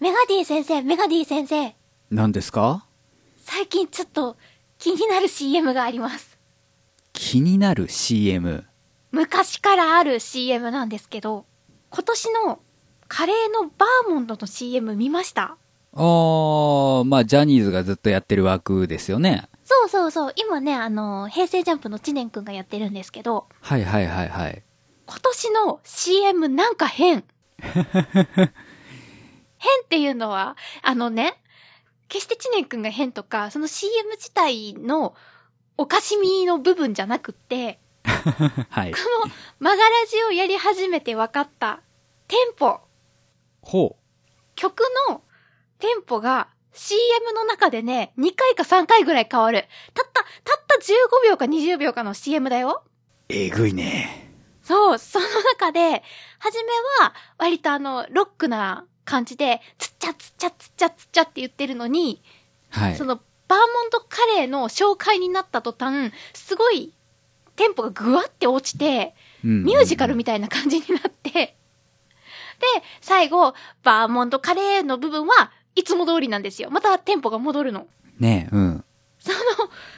メガディ先生、メガディ先生。何ですか最近ちょっと気になる CM があります。気になる CM。昔からある CM なんですけど、今年のカレーのバーモントの CM 見ましたあー、まあ、ジャニーズがずっとやってる枠ですよね。そうそうそう。今ね、あの、平成ジャンプの知念くんがやってるんですけど、はいはいはいはい。今年の CM なんか 変。変っていうのは、あのね、決して知念くんが変とか、その CM 自体のおかしみの部分じゃなくって、 はいこ。の曲がらじをやり始めて分かったテンポ、ほ曲のテンポが CM の中でね、2回か3回ぐらい変わる。たった、たった15秒か20秒かの CM だよ。う。えぐいね。そう、その中で、初めは、割とあの、ロックな感じで、つっちゃつっちゃつっちゃつっちゃって言ってるのに、はいそ。の、バーモントカレーの紹介になった途端、すごい、テンポがぐわって落ちて、ミミュージカルみたたいな感じになって、で、最後、バーモントカレーの部分はいつも通りなんですよ。またテンポが戻るの。い。ねえ、うん。その、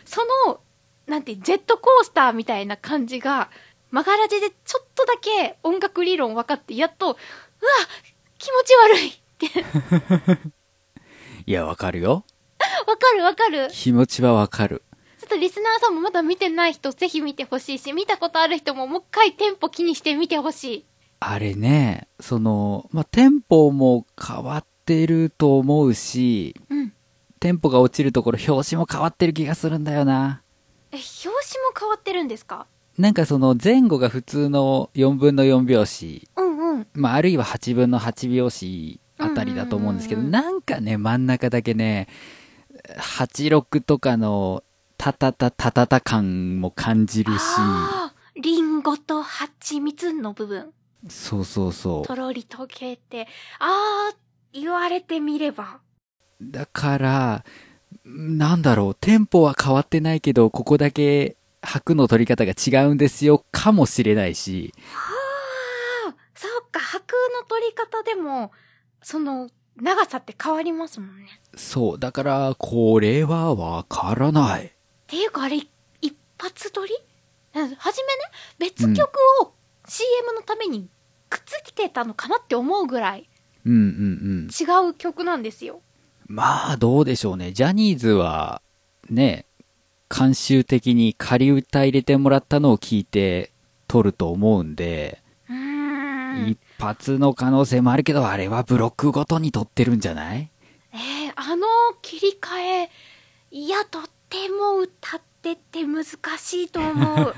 その、なんて、ジェットコースターみたいな感じが、曲がらじでちょっとだけ音楽理論分かって、やっと、うわ気持ち悪いって、いや、わかるよ。わかるわかる。ち気持ちはわかる。ょっとリスナーさんもまだ見てない人、ぜひ見てほしいし、見たことある人ももう一回テンポ気にして見てほしい。あれね、その、まあ、テンポも変わってると思うし、うん。テンポが落ちるところ、表紙も変わってる気がするんだよな。え、表紙も変わってるんですかなんかその前後が普通の4分の4拍子、うんうん。まあ、あるいは8分の8拍子あたりだと思うんですけど、うんうんうんなんかね、真ん中だけね、86とかのタタタタタタ感も感じるし、あーリンゴと蜂蜜の部分。そうそうそうと。ろりとけて、あー、言われてみれば。だから、なんだろう、テンポは変わってないけど、ここだけ拍の取り方が違うんですよ、かもしれないし、ああ、そうか、白の取り方でも、その、長さって変わりますもんね。そう、だから、これはわからない。っていうか、あれ、一発撮りうん初めね、別曲を CM のためにくっつけてたのかなって思うぐらいうんうんうん。違う曲なんですよ。まあ、どうでしょうね。ジャニーズは、ね、慣習的に仮歌入れてもらったのを聞いて、撮ると思うんで、うーん一。発の可能性もあるけど、あれはブロックごとに撮ってるんじゃないえー、あの切り替え、いや、とっても歌ってって難しいと思 う。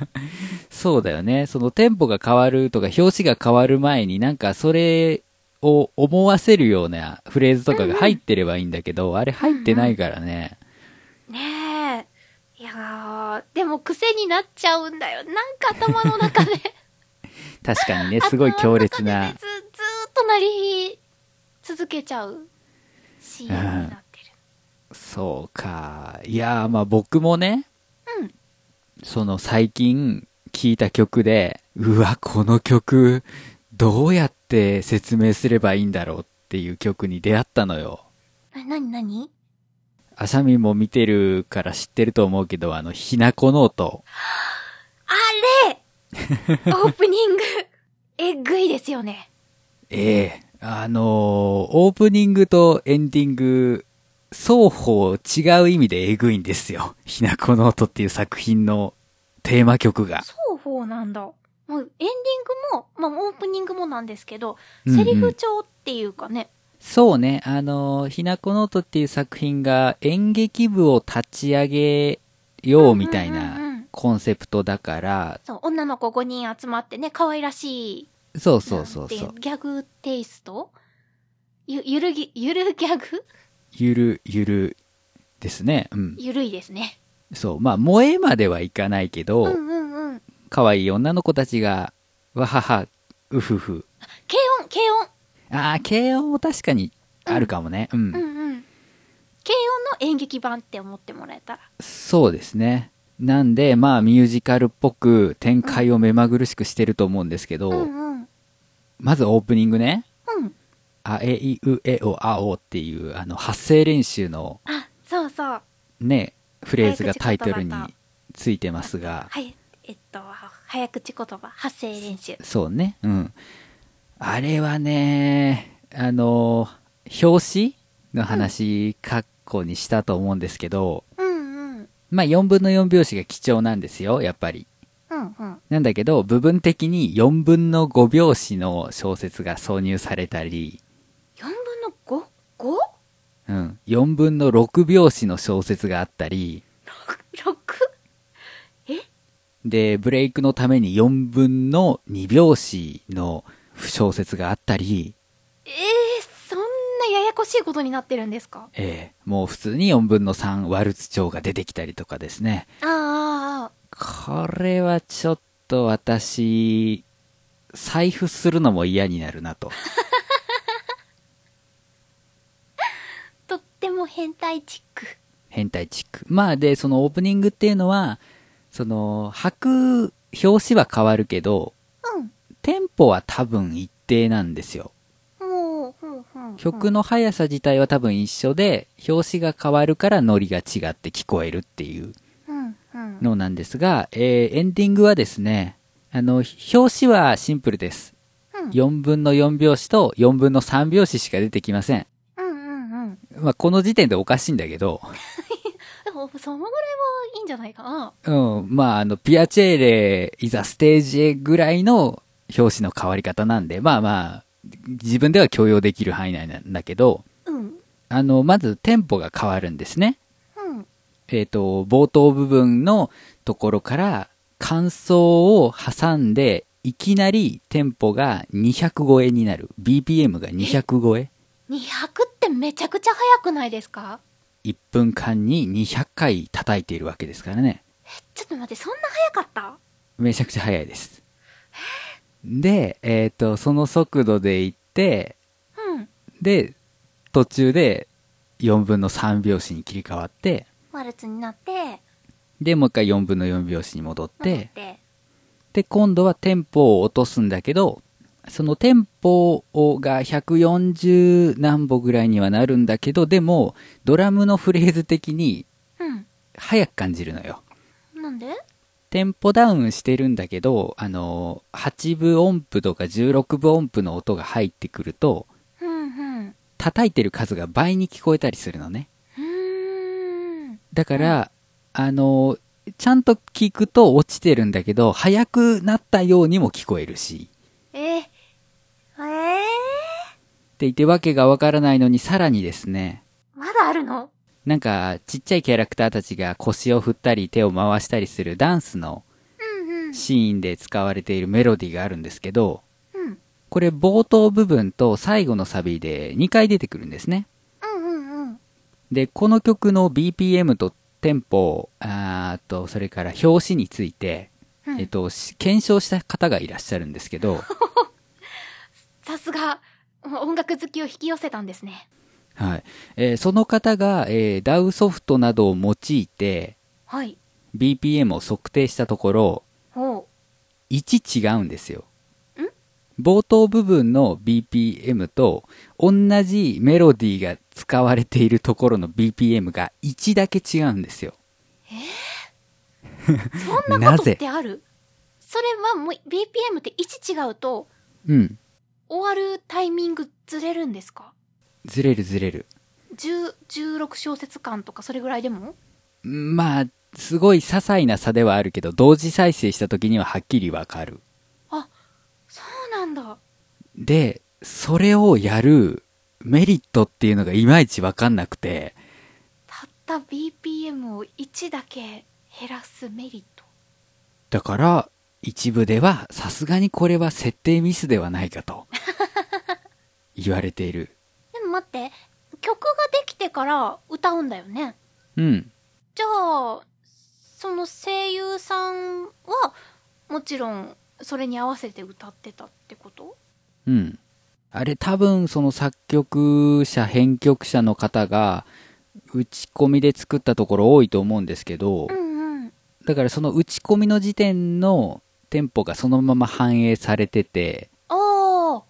そうだよね。そのテンポが変わるとか、表紙が変わる前になんかそれを思わせるようなフレーズとかが入ってればいいんだけど、あれ入ってないからね。ねえ。いやー、でも癖になっちゃうんだよ。なんか頭の中で。確かにね、 すごい強烈頭のな中。でねずずーっと鳴り続けちゃう CM になってそうか。いやー、まあ僕もね、る。うん。その最近聴いた曲で、うわ、この曲、どうやって説明すればいいんだろうっていう曲に出会ったのよ。な、なになにあさみも見てるから知ってると思うけど、あの、ひなこノート。あれオープニング、 えぐいですよね。ええあのーオープニングとエンディング、双方違う意味でえぐいんですよ。ひなこノートっていう作品のテーマ曲が。双方なんだ。もうエンディングも、まあオープニングもなんですけど、うんうんセリフ調っていうかね。そうね、あのーひなこノートっていう作品が演劇部を立ち上げようみたいうんうんうんうなんコンセプトだから、そう、女の子5人集まってね、可愛らしいそうそうそうそなんうて。ギャグテイストゆ、ゆるぎ、ゆるギャグゆる、ゆるですね。うん。ゆるいですね。そう。まあ、萌えまではいかないけど、うんうんうん。可愛い女の子たちが、わはは、うふふ、軽音、軽音。ああ、軽音も確かにあるかもね。うん。うんうん。軽音の演劇版って思ってもらえたら。そうですね。なんで、まあ、ミュージカルっぽく展開を目まぐるしくしてると思うんですけど、うんうん。まずオープニングね。うん。あえいうえおあおっていう、あの、発声練習のあそうそうね、フレーズがタイトルに早口言葉とついてますが、はいえっと早口言葉発声練習そうね、うん。あれはね、あの、表紙の話、カッコにしたと思うんですけど、うんうんまあ4分の4拍子が貴重なんですよ、やっぱり。うんうんなんだけど、部分的に4分の5拍子の小説が挿入されたり、 4分の 5?5? うん、4分の6拍子の小説があったり、 6? で、ブレイクのために4分の2拍子の小説があったり、えー、そんなややこしいことになってるんですかええもう普通に4分の3ワルツ調が出てきたりとかですね。あーあこれはちょっと私、財布するのも嫌になるなと。ーとっても変態チック変態チック。まあで、そのオープニングっていうのは、その、履く表紙は変わるけど、うんテンポは多分一定なんですよ。もうふんふんふん曲の速さ自体は多分一緒で、表紙が変わるからノリが違って聞こえるっていううんうんのなんですが、えーエンディングはですね、あの、表紙はシンプルです。うん4分の4拍子と4分の3拍子しか出てきません。うんうんうんまあ、この時点でおかしいんだけど、でもそのぐらいはいいんじゃないかなうん、まあ、あの、ピアチェーレ、いざステージへぐらいの表紙の変わり方なんで、まあまあ、自分では許容できる範囲内なんだけど、うんあの、まずテンポが変わるんですね。うんえっ、と、冒頭部分のところから、感想を挟んで、いきなりテンポが200超えになる。BPM が200超え。 200ってめちゃくちゃ速くないですか1分間に200回叩いているわけですからね。ちょっと待ってそんな速かっためちゃくちゃ速いです。で、えっ、と、その速度で行って、うんで、途中で4分の3拍子に切り替わって、ワルツになってで、もう一回4分の4拍子に戻っ、戻っててで、今度はテンポを落とすんだけど、そのテンポをが140何歩ぐらいにはなるんだけど、でも、ドラムのフレーズ的にうん速く感じるのよ。なんでテンポダウンしてるんだけど、あの、8分音符とか16分音符の音が入ってくると、うんうん叩いてる数が倍に聞こえたりするのね。うーんだから、あの、ちゃんと聞くと落ちてるんだけど、速くなったようにも聞こえるし。えー、えー、って言ってわけがわからないのにさらにですね、まだあるのなんかちっちゃいキャラクターたちが腰を振ったり手を回したりするダンスのうんうんシーンで使われているメロディーがあるんですけど、うんこれ冒頭部分と最後のサビで2回出てくるんですね。うんうんうんで、この曲の BPM とテンポ、あーと、それから表紙について、うんえっと、し検証した方がいらっしゃるんですけ ど、さすがもう音楽好きを引き寄せたんですねはい。えーその方が、えー、DAW ソフトなどを用いて、はい BPM を測定したところ、ほ1違うんですよん。冒頭部分の BPM と同じメロディーが使われているところの BPM が1だけ違うんですよ。うそんなこなとっぜてあるそれはもう BPM って1違うとうん。終わるタイミングずれるんですかずれるずれる。 10 16小節間とかそれぐらいでもまあ、すごい些細な差ではあるけど、同時再生した時にははっきりわかる。そうなんだで、それをやるメリットっていうのがいまいちわかんなくて、たった BPM を1だけ減らすメリットだから、一部ではさすがにこれは設定ミスではないかと、言われている。でも待って曲ができてから歌うんだよねうん。じゃあその声優さんはもちろんそれに合わせて歌ってたってことうん。あれ多分その作曲者、編曲者の方が打ち込みで作ったところ多いと思うんですけど、うんうんだからその打ち込みの時点のテンポがそのまま反映されてて、おー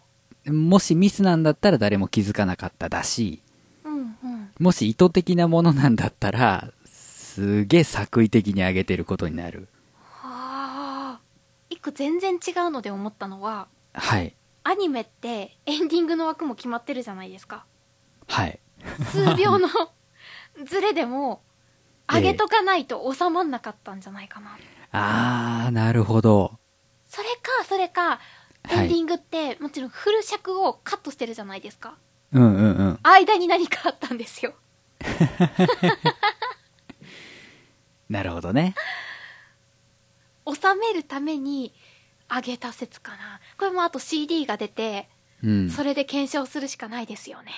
もしミスなんだったら誰も気づかなかっただし、うんうんもし意図的なものなんだったら、すげえ作為的に上げてることになる。はあ一個全然違うので思ったのははい。アニメってエンディングの枠も決まってるじゃないですかはい。数秒の ズレでも上げとかないと収まんなかったんじゃないかな、あー、なるほど。それかそれかはエいンディングって、もちろんフル尺をカットしてるじゃないですかうんうんうん。間に何かあったんですよなるほどね。収めるために上げた説かなこれもあと CD が出てうん。それで検証するしかないですよね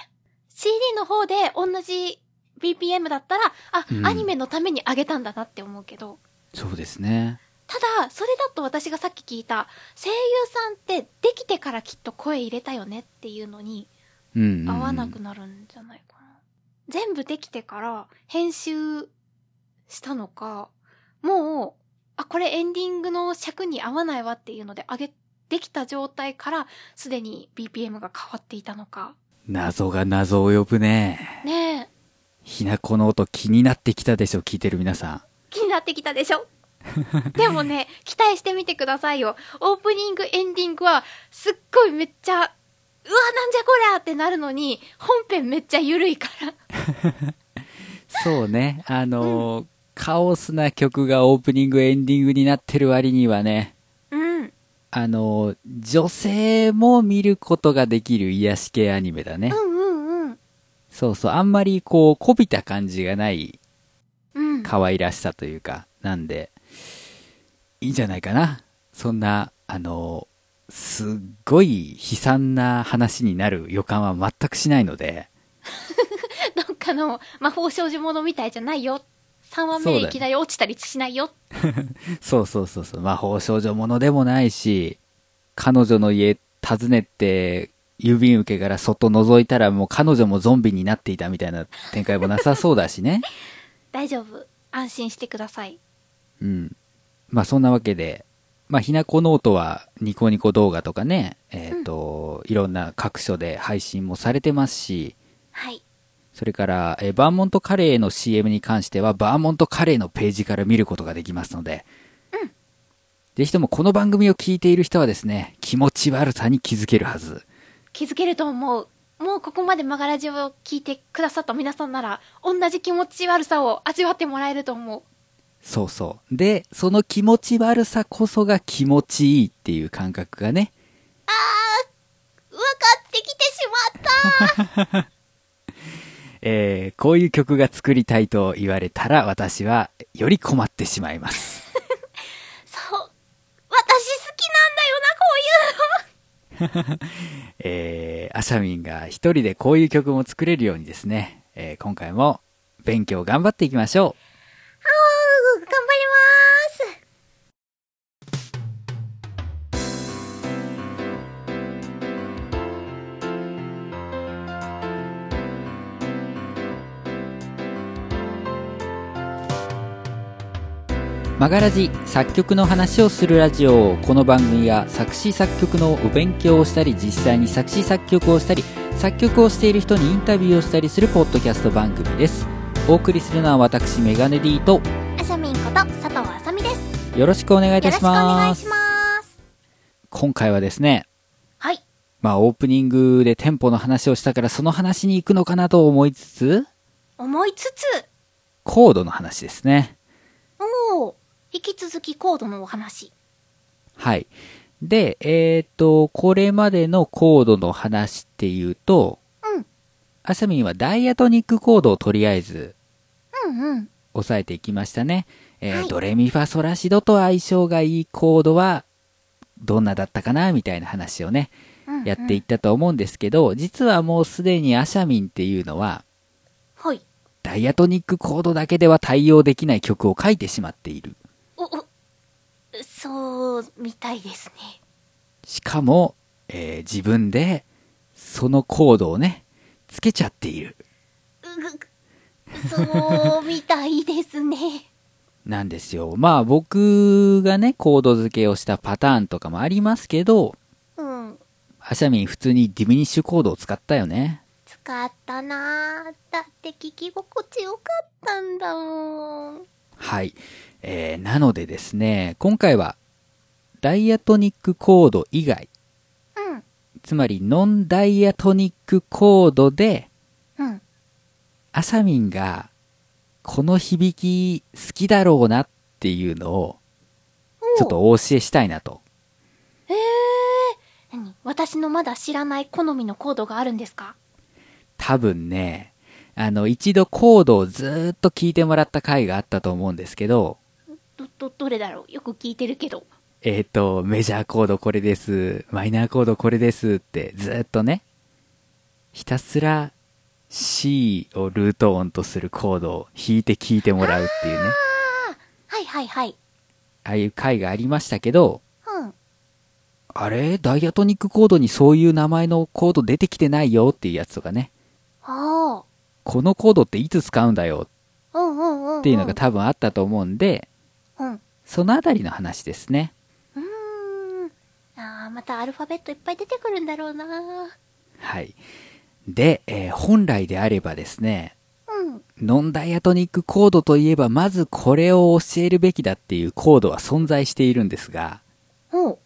CD の方で同じ BPM だったらあ、うんアニメのために上げたんだなって思うけどそうですね。ただそれだと私がさっき聞いた声優さんってできてからきっと声入れたよねっていうのにうんうん、うん。合わなくなるんじゃないかな、全部できてから編集したのかもうあこれエンディングの尺に合わないわっていうので上げできた状態からすでに BPM が変わっていたのか謎が謎を呼ぶね。ねえひなこの音気になってきたでしょ、聞いてる皆さん。気になってきたでしょでも ね期待してみてくださいよオープニングエンディングはすっごいめっちゃうわなんじゃこりゃってなるのに本編めっちゃ緩いからそうね。あのーカオスな曲がオープニング、エンディングになってる割にはね、うんあのー女性も見ることができる癒し系アニメだね。うんうんうんそうそう、あんまりこう、こびた感じがないうん可愛らしさというか、なんで、いいんじゃないかな。そんな、あのーすっごい悲惨な話になる予感は全くしないので、 なんかの魔法少女ものみたいじゃないよ。3話そうだ目よいきなり落ちたりしないよ。そうそうそうそう、魔法少女ものでもないし、彼女の家訪ねて、郵便受けから外覗いたらもう彼女もゾンビになっていたみたいな展開もなさそうだしね。大丈夫。安心してください。うん。まあそんなわけで、まあひなこノートはニコニコ動画とかね、えっ、と、いろんな各所で配信もされてますし、はい。それから、えーバーモントカレーの CM に関しては、バーモントカレーのページから見ることができますので、うんぜひともこの番組を聞いている人はですね、気持ち悪さに気づけるはず。気づけると思う。もうここまでマガラジを聞いてくださった皆さんなら、同じ気持ち悪さを味わってもらえると思う。そうそう。で、その気持ち悪さこそが気持ちいいっていう感覚がね、分かってきてしまったえーこういう曲が作りたいと言われたら私はより困ってしまいます。そう。私好きなんだよな、こういうの。えー、アシャミンが一人でこういう曲も作れるようにですね、えー今回も勉強頑張っていきましょうー頑張りまーす。う。マガラジ作曲の話をするラジオ。この番組は作詞作曲のお勉強をしたり、実際に作詞作曲をしたり、作曲をしている人にインタビューをしたりするポッドキャスト番組です。お送りするのは私メガネ D とあしゃみんこと佐藤あさみです。よよろしくお願いいたろししくお願まいしす。ます。今回はですね、はい。まあオープニングでテンポの話をしたからその話に行くのかなと思いつつ、思いつつ、コードの話ですね。おお引き続きコードのお話。はい。で、えっ、と、これまでのコードの話っていうと、うん。アサミンはダイアトニックコードをとりあえずうんうん。押さえていきましたね。えーはいドレミファソラシドと相性がいいコードはどんなだったかなみたいな話をね、うんうんやっていったと思うんですけど、実はもうすでにアシャミンっていうのは、はい。ダイアトニックコードだけでは対応できない曲を書いてしまっている。お、お、そう、みたいですね。しかも、えー自分でそのコードをね、つけちゃっている。うぐ、そう、みたいですね。なんですよ。まあ僕がね、コード付けをしたパターンとかもありますけど、 うん。アアシャミン普通にディミニッシュコードを使ったよね。使ったなぁ。だって聞き心地よかったんだもん。はい。えー、なのでですね、今回は、ダイアトニックコード以外、うん。つまりノンダイアトニックコードで、うん。アシャミンが、この響き好きだろうなっていうのを、ちょっとお教えしたいなと。ええー。何私のまだ知らない好みのコードがあるんですか多分ね、あの、一度コードをずーっと聞いてもらった回があったと思うんですけど、ど、ど、どれだろうよく聞いてるけど。えっ、と、メジャーコードこれです、マイナーコードこれですってずーっとね、ひたすら C をルート音とするコードを弾いて聞いてもらうっていうね、あはいはいはい。ああいう回がありましたけど、うん。あれダイアトニックコードにそういう名前のコード出てきてないよっていうやつとかね、あこのコードっていつ使うんだよあ。うんうんうん、うん。っていうのが多分あったと思うんで、うん。そのあたりの話ですね。うーん。ああ、またアルファベットいっぱい出てくるんだろうなはい。で、えー本来であればですね、うん。ノンダイアトニックコードといえば、まずこれを教えるべきだっていうコードは存在しているんですが、おう。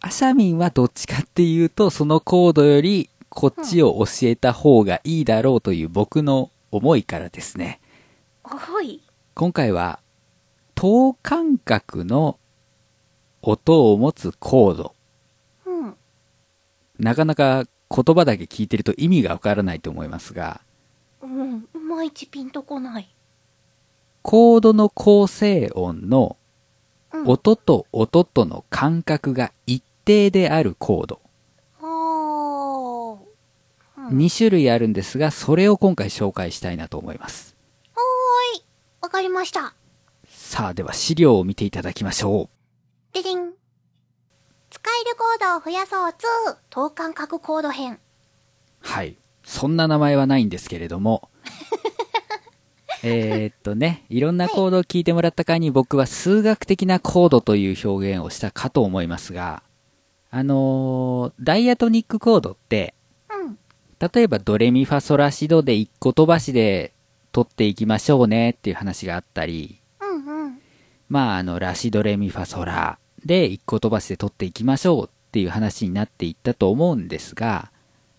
アシャミンはどっちかっていうと、そのコードよりこっちを教えた方がいいだろうという僕の思いからですね、おい。今回は、等間隔の音を持つコード。うん。なかなか言葉だけ聞いてると意味がわからないと思いますが、うん。いまいちピンとこない。コードの構成音のうん。音と音との間隔が一定であるコード。おー。うん、 2種類あるんですが、それを今回紹介したいなと思います。おーい。わかりました。さあ、では資料を見ていただきましょででん。使えるコードを増やそう2。等間隔コード編。う。はい。そんな名前はないんですけれども。えーっとね、いろんなコードを聞いてもらった回に僕は数学的なコードという表現をしたかと思いますが、あのーダイアトニックコードって、うん。例えばドレミファソラシドで一個飛ばしで取っていきましょうねっていう話があったり、うんうん。まああのラシドレミファソラで一個飛ばしで取っていきましょうっていう話になっていったと思うんですが、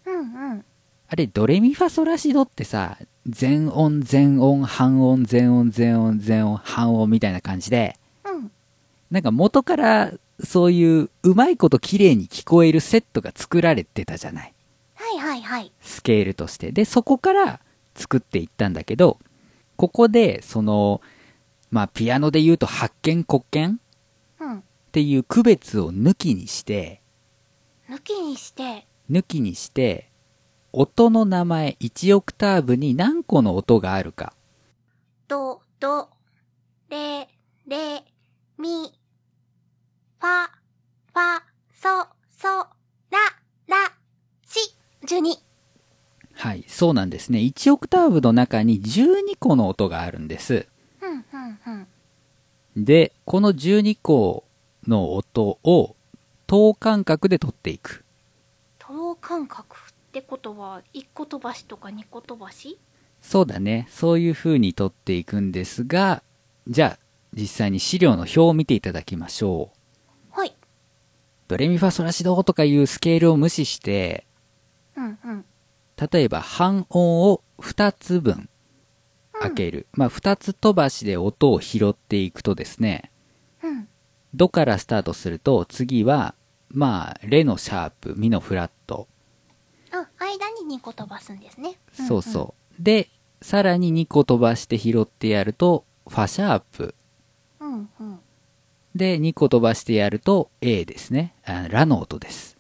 うんうん。あれドレミファソラシドってさ、全音全音半音全音全音全音半音みたいな感じで、うん。なんか元からそういううまいこと綺麗に聞こえるセットが作られてたじゃない。はいはいはい。スケールとして。で、そこから作っていったんだけど、ここで、その、まあ、ピアノで言うと発見、国見うん。っていう区別を抜きにして、抜きにして、抜きにして、音の名前、1オクターブに何個の音があるか。ド、ド、レ、レ、ミ、ファ、ファ、ソ、ソ、ラ、ラ、シ、十二。はい、そうなんですね。1オクターブの中に12個の音があるんです。うん、うん、うん。で、この12個の音を等間隔で取っていく。等間隔ってことは、一個飛ばしとか二個飛ばしそうだね。そういう風に取っていくんですが、じゃあ、実際に資料の表を見ていただきましょう。はい。ドレミファソラシドとかいうスケールを無視して、うん、うん。例えば半音を2つ分うん開ける。まあ、2つ飛ばしで音を拾っていくとですね、うん、ドからスタートすると、次は、まあ、レのシャープ、ミのフラット。あ、間に二個飛ばすんですね。そうそう。で、さらに2個飛ばして拾ってやると、ファシャープ、うん。うん、うん。で、2個飛ばしてやると A ですね。あラの音です。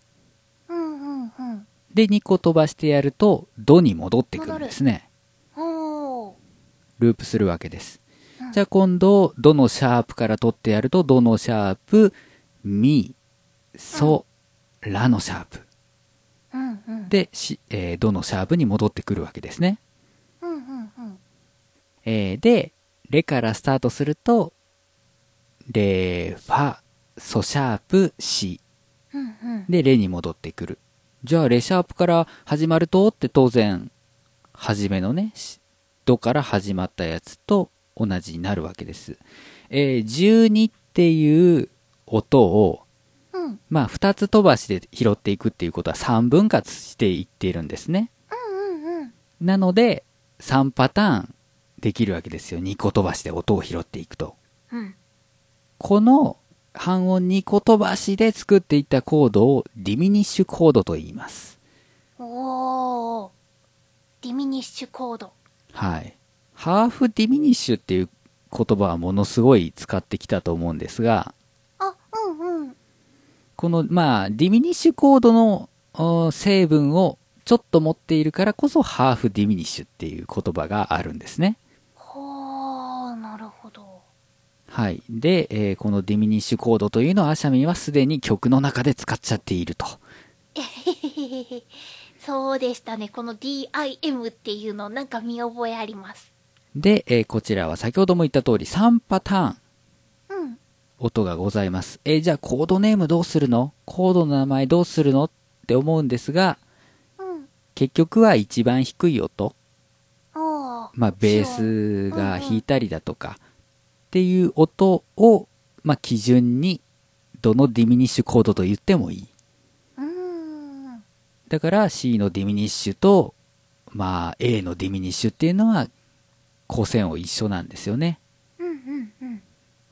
うん、うん、うん。で、2個飛ばしてやるとドに戻ってくるんですね。おー。ループするわけですうん。じゃあ今度、ドのシャープから取ってやると、ドのシャープ、ミ、ソ、ラのシャープ。うん、うん。、で、しえードのシャープに戻ってくるわけですね。うん、うん、うん。えーで、レからスタートすると、レ、ファ、ソシャープ、シ。うん、うん。で、レに戻ってくる。じゃあ、レシャープから始まるとって当然、初めのね、しドから始まったやつと同じになるわけです。えー12っていう音を、うんまあ、2つ飛ばしで拾っていくっていうことは3分割していっているんですね。うんうんうんなので、3パターンできるわけですよ。2個飛ばしで音を拾っていくと。うんこの半音2個飛ばしで作っていったコードをディミニッシュコードと言います。おーディミニッシュコードはい。ハーフディミニッシュっていう言葉はものすごい使ってきたと思うんですが、あうんうんこの、まあ、ディミニッシュコードのお成分をちょっと持っているからこそ、ハーフディミニッシュっていう言葉があるんですね。ほーなるほど はい。で、えーこのディミニッシュコードというのは、アシャミンはすでに曲の中で使っちゃっていると。えへへへへへそうでしたねこの DIM っていうのなんか見覚えありますで、えーこちらは先ほども言った通り3パターンうん音がございます。えーじゃあコードネームどうするのコードの名前どうするのって思うんですが、うん結局は一番低い音、おーまあ、ベースが弾いたりだとかっていう音を、まあ、基準にどのディミニッシュコードと言ってもいい。うーんだから C のディミニッシュと、まあ、A のディミニッシュっていうのは構成音一緒なんですよね。うんうんうん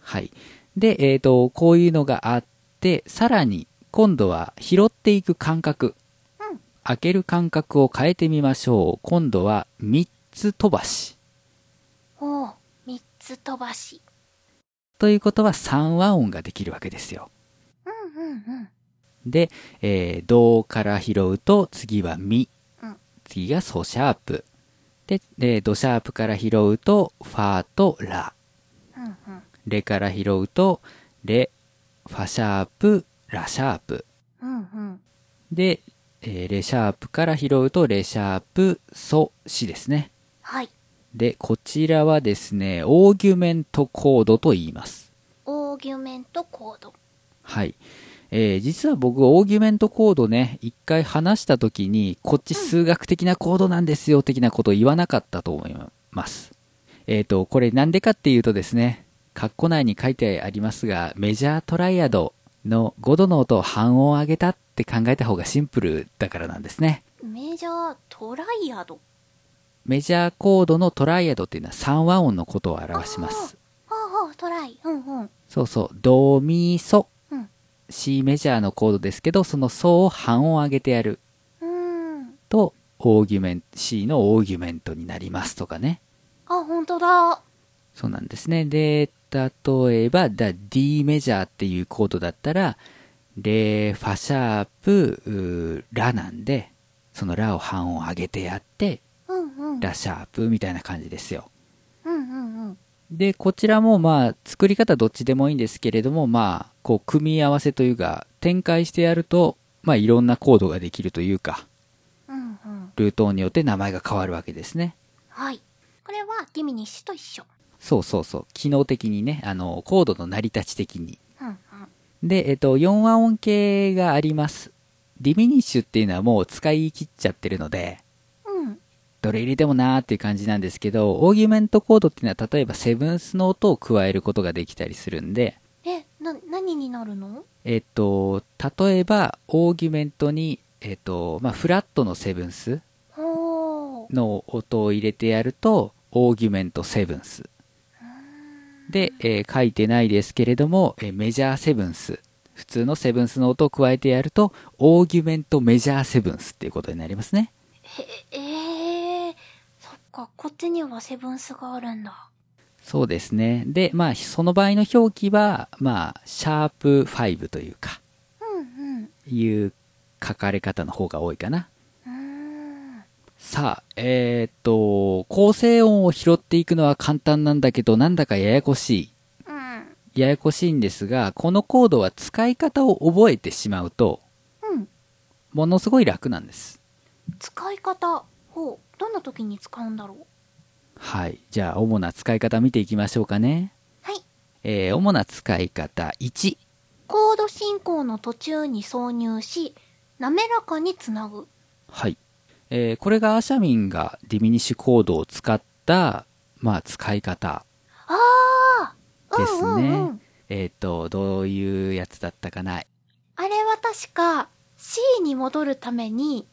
はい。で、えっ、と、こういうのがあって、さらに今度は拾っていく感覚、うん開ける感覚を変えてみましょう。今度は3つ飛ばし。おー三つ飛ばしということは3和音ができるわけですよ。うんうんうんで、えー、ドから拾うと、次はミ、うん次がソシャープ。で、えードシャープから拾うと、ファーとラ。うんうんレから拾うと、レ、ファシャープ、ラシャープ。うんうんで、えーレシャープから拾うと、レシャープ、ソ、シですね。はいで、こちらはですね、オーギュメントコードと言います。オーギュメントコードはい。えー実は僕、オーギュメントコードね、一回話した時に、こっち数学的なコードなんですよ、的なことを言わなかったと思います。えっ、と、これなんでかっていうとですね、括弧内に書いてありますが、メジャートライアドの5度の音を半音上げたって考えた方がシンプルだからなんですね。メジャートライアドメジャーコードのトライアドっていうのは3和音のことを表します。ほうほうトライうんうんそうそう、ドミソ。うん C メジャーのコードですけど、そのソを半音上げてやるうーんと、オーギュメン C のオーギュメントになりますとかね。あ本当だそうなんですね。で、例えば、だ D メジャーっていうコードだったら、レ、ファシャープ、うーラなんで、そのラを半音上げてやって、うんうんラシャープみたいな感じですよ。うんうんうんで、こちらもまあ、作り方どっちでもいいんですけれども、まあ、こう、組み合わせというか、展開してやると、まあ、いろんなコードができるというか、うんうんルートによって名前が変わるわけですね。はいこれはディミニッシュと一緒そうそうそう。機能的にね、あの、コードの成り立ち的に。うんうんで、えっと、4和音系があります。ディミニッシュっていうのはもう使い切っちゃってるので、うんどれ入れてもなーっていう感じなんですけど、オーギュメントコードっていうのは、例えばセブンスの音を加えることができたりするんで、えな何になるのえっと、例えば、オーギュメントに、えっと、まあ、フラットのセブンスほうの音を入れてやると、オーギュメントセブンス。で、えー書いてないですけれども、えーメジャーセブンス。普通のセブンスの音を加えてやると、オーギュメントメジャーセブンスっていうことになりますね。へえー、そっかこっちにはセブンスがあるんだそうですね。で、まあ、その場合の表記は、まあ、シャープ5というか、うんいう書かれ方の方が多いかな。うんうーんさあ、えーっと、構成音を拾っていくのは簡単なんだけど、なんだかややこしうんい。ややこしいんですが、このコードは使い方を覚えてしまうと、うんものすごい楽なんです。使い方ほうどんな時に使うんだろうはい。じゃあ、主な使い方見ていきましょうかね。はいえー主な使い方1。コード進行の途中に挿入し滑らかにつなぐ。はい。えーこれがアシャミンがディミニッシュコードを使った、まあ、使い方。ああですねうんうんうん。えっ、と、どういうやつだったかな。あれは確か C に戻るために、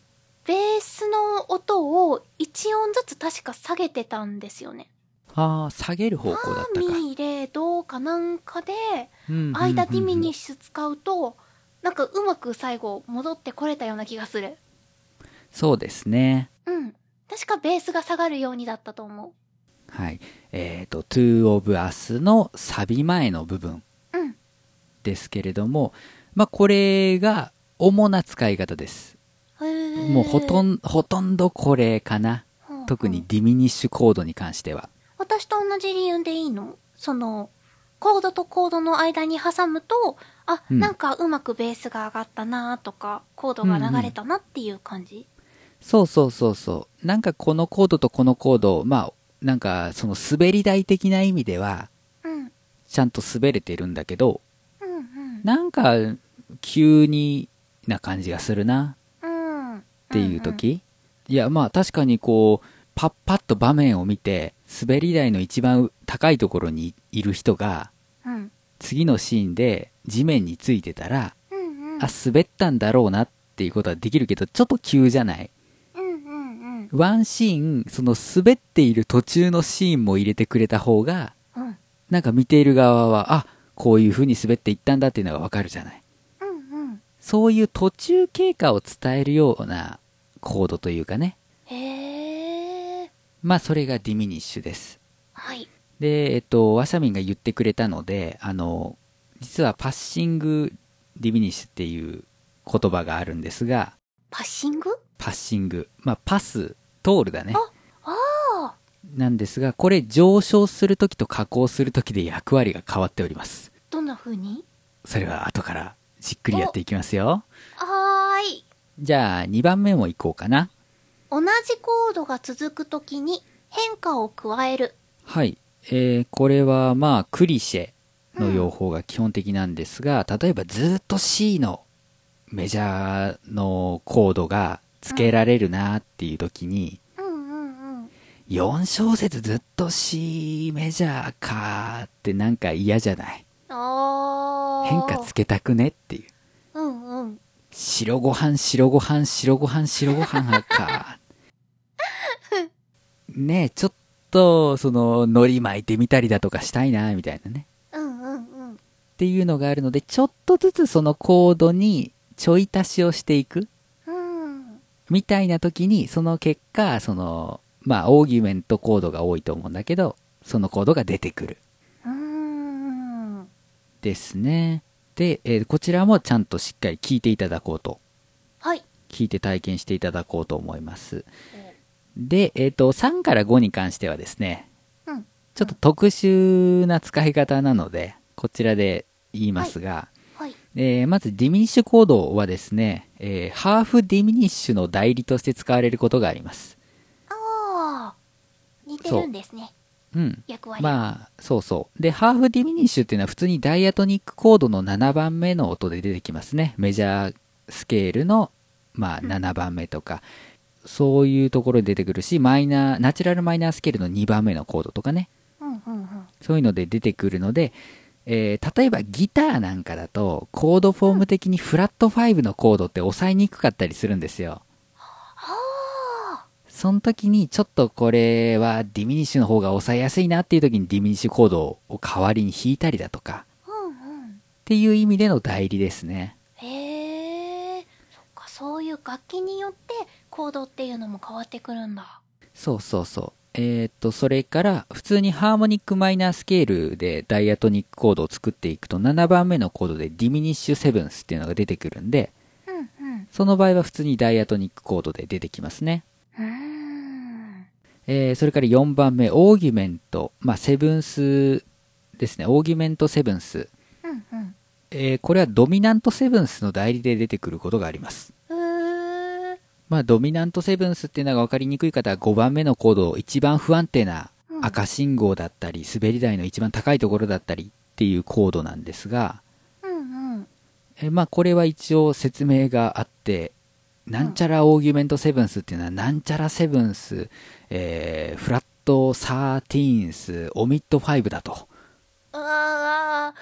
ベースの音を1音ずつ確か下げてたんですよね。ああ、下げる方向だったかファ。ミレドかなんかで、うんうんうんうん間ディミニッシュ使うと、なんかうまく最後戻ってこれたような気がする。そうですね。うん。確かベースが下がるようにだったと思はい。えっ、と、to of us のサビ前の部分う。うん。ですけれども、まあ、これが主な使い方です。ももうほとんほとんどこれかな。特にディミニッシュコードに関しては。私と同じ理由でいいのそのコードとコードの間に挟むとあ、うんなんかうまくベースが上がったなとかコードが流れたなっていう感じ、そうそうそうそう。なんかこのコードとこのコード、まあ、なんかその滑り台的な意味では、うん、うんちゃんと滑れてるんだけど、うんなんか急にな感じがするなうんっっていう時、いやまあ確かにこうパッパッと場面を見て滑り台の一番高いところにいる人がうんうん次のシーンで地面についてたら、うんうんあ滑ったんだろうなっていうことはできるけどちょっと急じゃないうんうんうんワンシーンその滑っている途中のシーンも入れてくれた方がうんなんか見ている側はあこういう風に滑っていったんだっていうのがわかるじゃないうんうんそういう途中経過を伝えるようなコードというかねへえまあそれがディミニッシュですはいで、えっと、ワシャミンが言ってくれたので、あの、実はパッシングディミニッシュっていう言葉があるんですが、パッシングパッシング。まあ、パス、通るだね。ああなんですが、これ上昇するときと下降するときで役割が変わっております。どんな風にそれは後からじっくりやっていきますよ。はーいじゃあ、2番目もいこうかな。同じコードが続く時に変化を加えるはい。えーこれはまあ、クリシェの用法が基本的なんですが、例えばずっと C のメジャーのコードが付けられるなっていう時に、うんうんうん4小節ずっと C メジャーかーってなんか嫌じゃない。あー変化つけたくねっていう。うんうん白ご飯、白ご飯、白ご飯、白ご飯かー。ねえ、ちょっと、その、海苔巻いてみたりだとかしたいな、みたいなね。うんうんうんっていうのがあるのでちょっとずつそのコードにちょい足しをしていくうんみたいな時にその結果そのまあオーギュメントコードが多いと思うんだけどそのコードが出てくるうんですねで、えーこちらもちゃんとしっかり聞いていただこうとはい聞いて体験していただこうと思いますで、えっと3から5に関してはですねうんちょっと特殊な使い方なのでこちらで言いますが、はいえーまずディミニッシュコードはですね、えーハーフディミニッシュの代理として使われることがあります。ああ似てるんですねうん。役割あまあ、そうそう。で、ハーフディミニッシュっていうのは普通にダイアトニックコードの7番目の音で出てきますね。メジャースケールの、まあ、うん7番目とか、そういうところで出てくるし、マイナー、ナチュラルマイナースケールの2番目のコードとかね。うんうんうんそういうので出てくるので、えー例えばギターなんかだと、コードフォーム的にフラット5のコードって抑えにくかったりするんですよ。あその時にちょっとこれはディミニッシュの方が抑えやすいなっていう時にディミニッシュコードを代わりに弾いたりだとかあうんうんっていう意味での代理ですね。へえそっかそういう楽器によってコードっていうのも変わってくるんだそうそうそう。えーっと、それから普通にハーモニックマイナースケールでダイアトニックコードを作っていくと7番目のコードでディミニッシュセブンスっていうのが出てくるんで、うんうんその場合は普通にダイアトニックコードで出てきますね。うーんえーそれから4番目、オーギュメント。まあ、セブンスですね。オーギュメントセブンス。うんうんえーこれはドミナントセブンスの代理で出てくることがあります。うーまあ、ドミナントセブンスっていうのが分かりにくい方は5番目のコード、一番不安定なうん赤信号だったり、滑り台の一番高いところだったりっていうコードなんですが、うんうんえまあこれは一応説明があってなんちゃらオーギュメントセブンスっていうのはなんちゃらセブンス、えーフラットサーティーンスオミットファイブだと、あ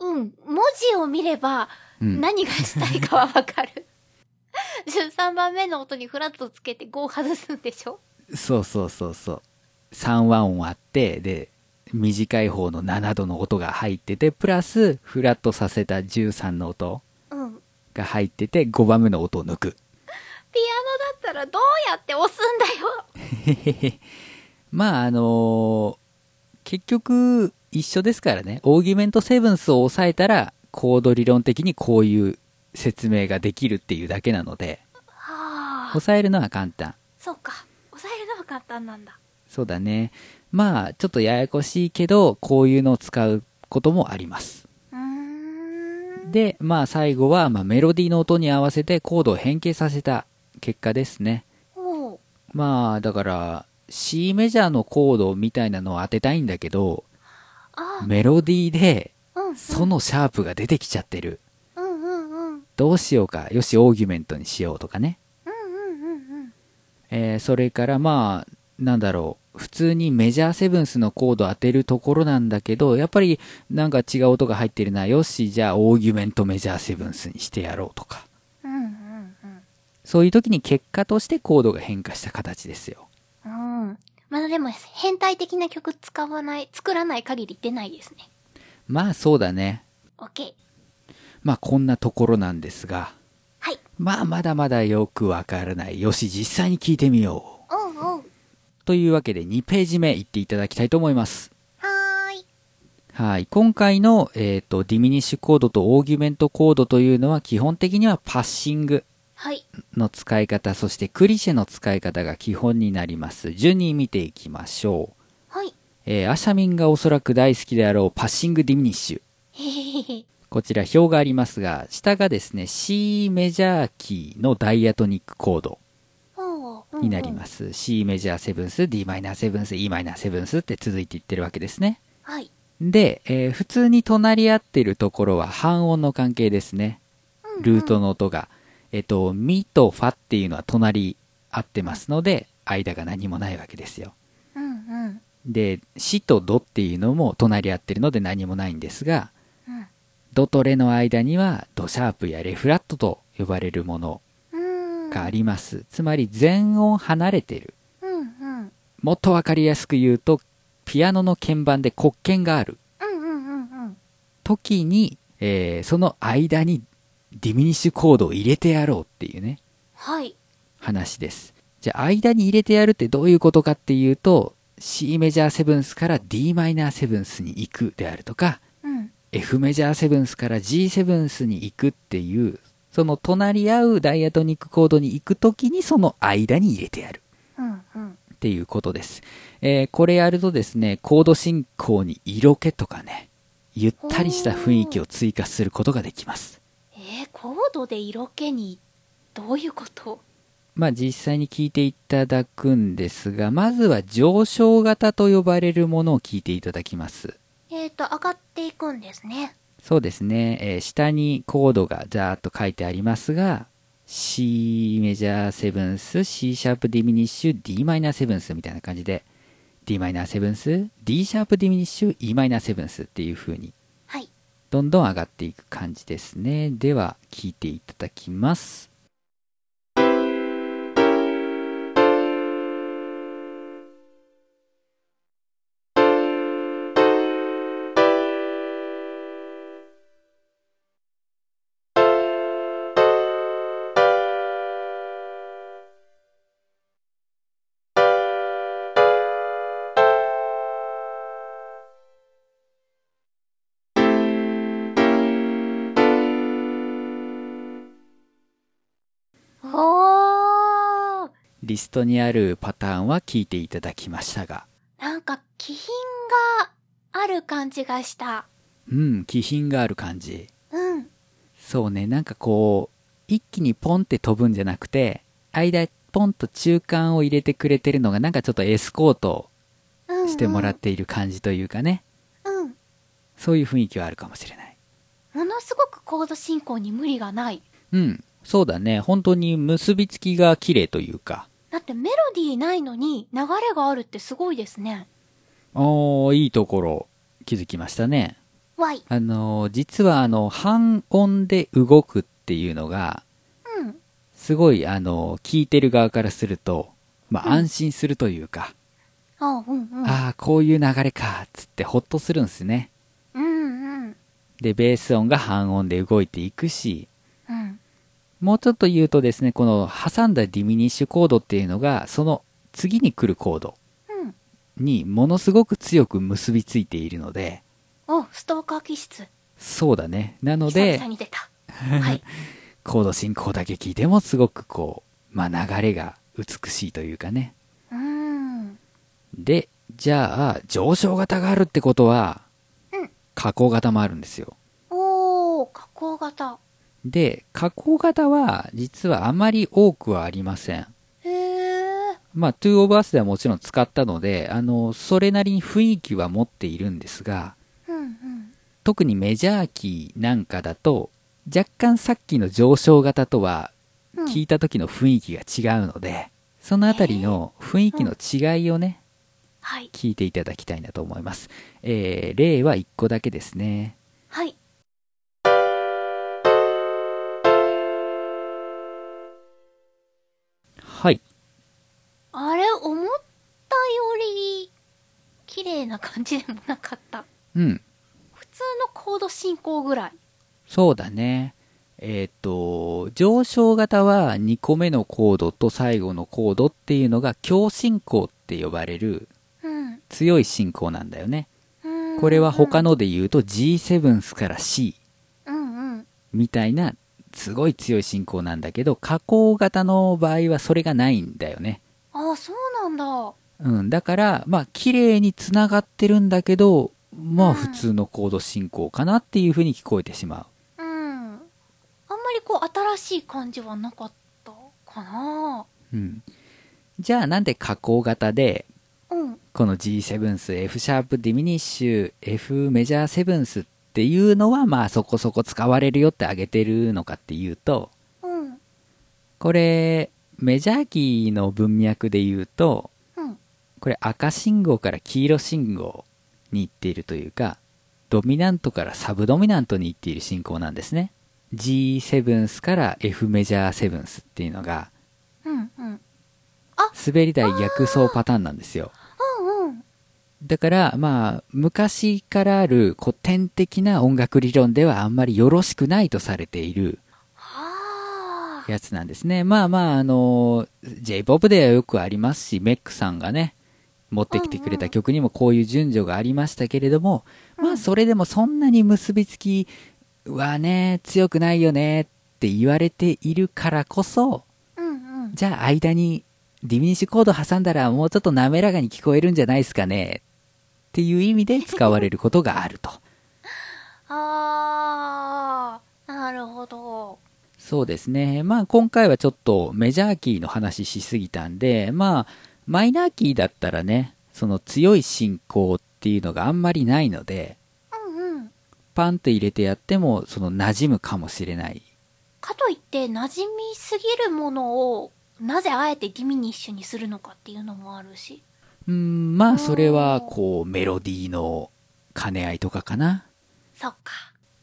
ーうん。文字を見れば、うん、何がしたいかはわかる。13番目の音にフラットつけて5を外すんでしょそうそうそうそう3和音あってで短い方の7度の音が入っててプラスフラットさせた13の音うん。が入ってて5番目の音を抜くピアノだったらどうやって押すんだよへへへまああのー結局一緒ですからねオーギュメントセブンスを抑えたらコード理論的にこういう説明ができるっていうだけなのではあ。抑えるのは簡単そうか。押さえるのは簡単なんだ。そうだねまあちょっとややこしいけどこういうのを使うこともありますうーん。でまあ最後は、まあ、メロディーの音に合わせてコードを変形させた結果ですねおう。まあだから C メジャーのコードみたいなのを当てたいんだけどあメロディーでうんうん。そのシャープが出てきちゃってる。うんうんうん。どうしようか。よし、オーギュメントにしようとかね。うんうんうんうん。えーそれからまあ、なんだろう。普通にメジャーセブンスのコード当てるところなんだけど、やっぱりなんか違う音が入ってるな。よし、じゃあオーギュメントメジャーセブンスにしてやろうとか。うんうんうん。そういう時に結果としてコードが変化した形ですよ。うん。まだでも、変態的な曲使わない、作らない限り出ないですね。まあそうだね。オッケー。まあこんなところなんですが。はい。まあまだまだよくわからない。よし、実際に聞いてみよう。おうおう。というわけで2ページ目行っていただきたいと思います。はーい。はい。今回の、えっ、と、ディミニッシュコードとオーギュメントコードというのは基本的にはパッシングはい。の使い方、そしてクリシェの使い方が基本になります。順に見ていきましょう。はい。えーアシャミンがおそらく大好きであろうパッシングディミニッシュ。へへへへ。こちら表がありますが、下がですね、C メジャーキーのダイアトニックコードおう。。になりますす。C メジャーセブンス、D マイナーセブンス、E マイナーセブンスって続いていってるわけですね。はい。で、えー普通に隣り合ってるところは半音の関係ですね。うんうんルート。の音が。えっと、ミとファっていうのは隣り合ってますので、間が何もないわけですよ。うんうん。で、シとドっていうのも隣り合ってるので何もないんですが、うんドとレの間にはドシャープやレフラットと呼ばれるものうん。があります。つまり全音離れてる。うんうん。もっとわかりやすく言うと、ピアノの鍵盤で黒鍵がある。うんうんうんうん。時に、えーその間にディミニッシュコードを入れてやろうっていうねはい。話ですじゃあ間に入れてやるってどういうことかっていうと C メジャーセブンスから d マイナーセブンスに行くであるとかうん。 F メジャーセブンスから G セブンスに行くっていうその隣り合うダイアトニックコードに行く時にその間に入れてやるうんうん。っていうことです、えーこれやるとですねコード進行に色気とかねゆったりした雰囲気を追加することができますえー、コードで色気に、どういうことまあ実際に聞いていただくんですが、まずは上昇型と呼ばれるものを聞いていただきます。えっ、ー、と、上がっていくんですね。そうですね、えー下にコードがザーッと書いてありますが、C メジャーセブンス、C シャープディミニッシュ、d マイナーセブンスみたいな感じで、d マイナーセブンス、d シャープディミニッシュ、e マイナーセブンスっていう風に、はい。どんどん上がっていく感じですね。では、聞いていただきます。おーリストにあるパターンは聞いていただきましたが、なんか、気品がある感じがした。うん、気品がある感じ。うん。そうね、なんかこう、一気にポンって飛ぶんじゃなくて、間、ポンと中間を入れてくれてるのが、なんかちょっとエスコートうん、してもらっている感じというかね、うん。そういう雰囲気はあるかもしれない。ものすごくコード進行に無理がない。うん。そうだね。本当に結びつきが綺麗というか。だってメロディーないのに流れがあるってすごいですね。おー、いいところ気づきましたね。わい。あのー、実はあの、半音で動くっていうのが、うん。すごいあの、聞いてる側からすると、まあうん安心するというか、あうんうん。ああ、こういう流れか、つってほっとするんですね。うんうん。で、ベース音が半音で動いていくし、うん。もうちょっと言うとですね、この挟んだディミニッシュコードっていうのが、その次に来るコードうん。にものすごく強く結びついているので、お、ストーカー気質。そうだね。なの久で々、に出 た。はい。コード進行だけ聞いてもすごくこう、まあ流れが美しいというかね。うーん。で、じゃあ、上昇型があるってことはうん、下降型もあるんですよ。おー、加工型。で、下降型は、実はあまり多くはありません。へー。まあ、2 of us ではもちろん使ったので、あの、それなりに雰囲気は持っているんですが、うんうん。特にメジャーキーなんかだと、若干さっきの上昇型とは、うん、聞いた時の雰囲気が違うので、そのあたりの雰囲気の違いをね、はい。聞いていただきたいなと思います。えー、例は1個だけですね。はい。はい。あれ、思ったより、綺麗な感じでもなかった。うん。普通のコード進行ぐらい。そうだね。えーっ、と、上昇型は2個目のコードと最後のコードっていうのが強進行って呼ばれるうん。強い進行なんだよね。うんこれは他。ので言うと G7 から C うんうん。みたいなすごい強い進行なんだけど、下降型の場合はそれがないんだよね。ああ、そうなんだ。うん、だから、まあ、綺麗につながってるんだけど、まうあ、ん普通のコード進行かなっていうふうに聞こえてしまう。うん。あんまりこう、新しい感じはなかったかな。うん。じゃあ、なんで加工型で、うん。この G7 ス、F シャープディミニッシュ、F メジャーセブンスっていうのは、まあ、そこそこ使われるよってあげてるのかっていうと、うん。これ、メジャーキーの文脈で言うと、うん。これ赤信号から黄色信号に行っているというか、ドミナントからサブドミナントに行っている進行なんですね。G7 スから F メジャーセブンスっていうのが、うん。うん。滑り台逆走パターンなんですよ。うん。うん。だから、まあ、昔からある古典的な音楽理論ではあんまりよろしくないとされているはあ。やつなんですね。まあまあ、あの、J-POP ではよくありますし、メックさんがね、持ってきてくれた曲にもこういう順序がありましたけれども、うんまあそれでもそんなに結びつきはね、強くないよねって言われているからこそ、うんうん。じゃあ間にディミニッシュコード挟んだらもうちょっと滑らかに聞こえるんじゃないですかねっていう意味で使われることがあると。ああ。なるほど。そうですね。まあ今回はちょっとメジャーキーの話しすぎたんで、まあマイナーキーだったらね、その強い進行っていうのがあんまりないので、うんうん。パンと入れてやってもその馴染むかもしれない。かといって馴染みすぎるものをなぜあえてディミニッシュにするのかっていうのもあるしうん、まうあんそれはこうメロディーの兼ね合いとかかな。そっか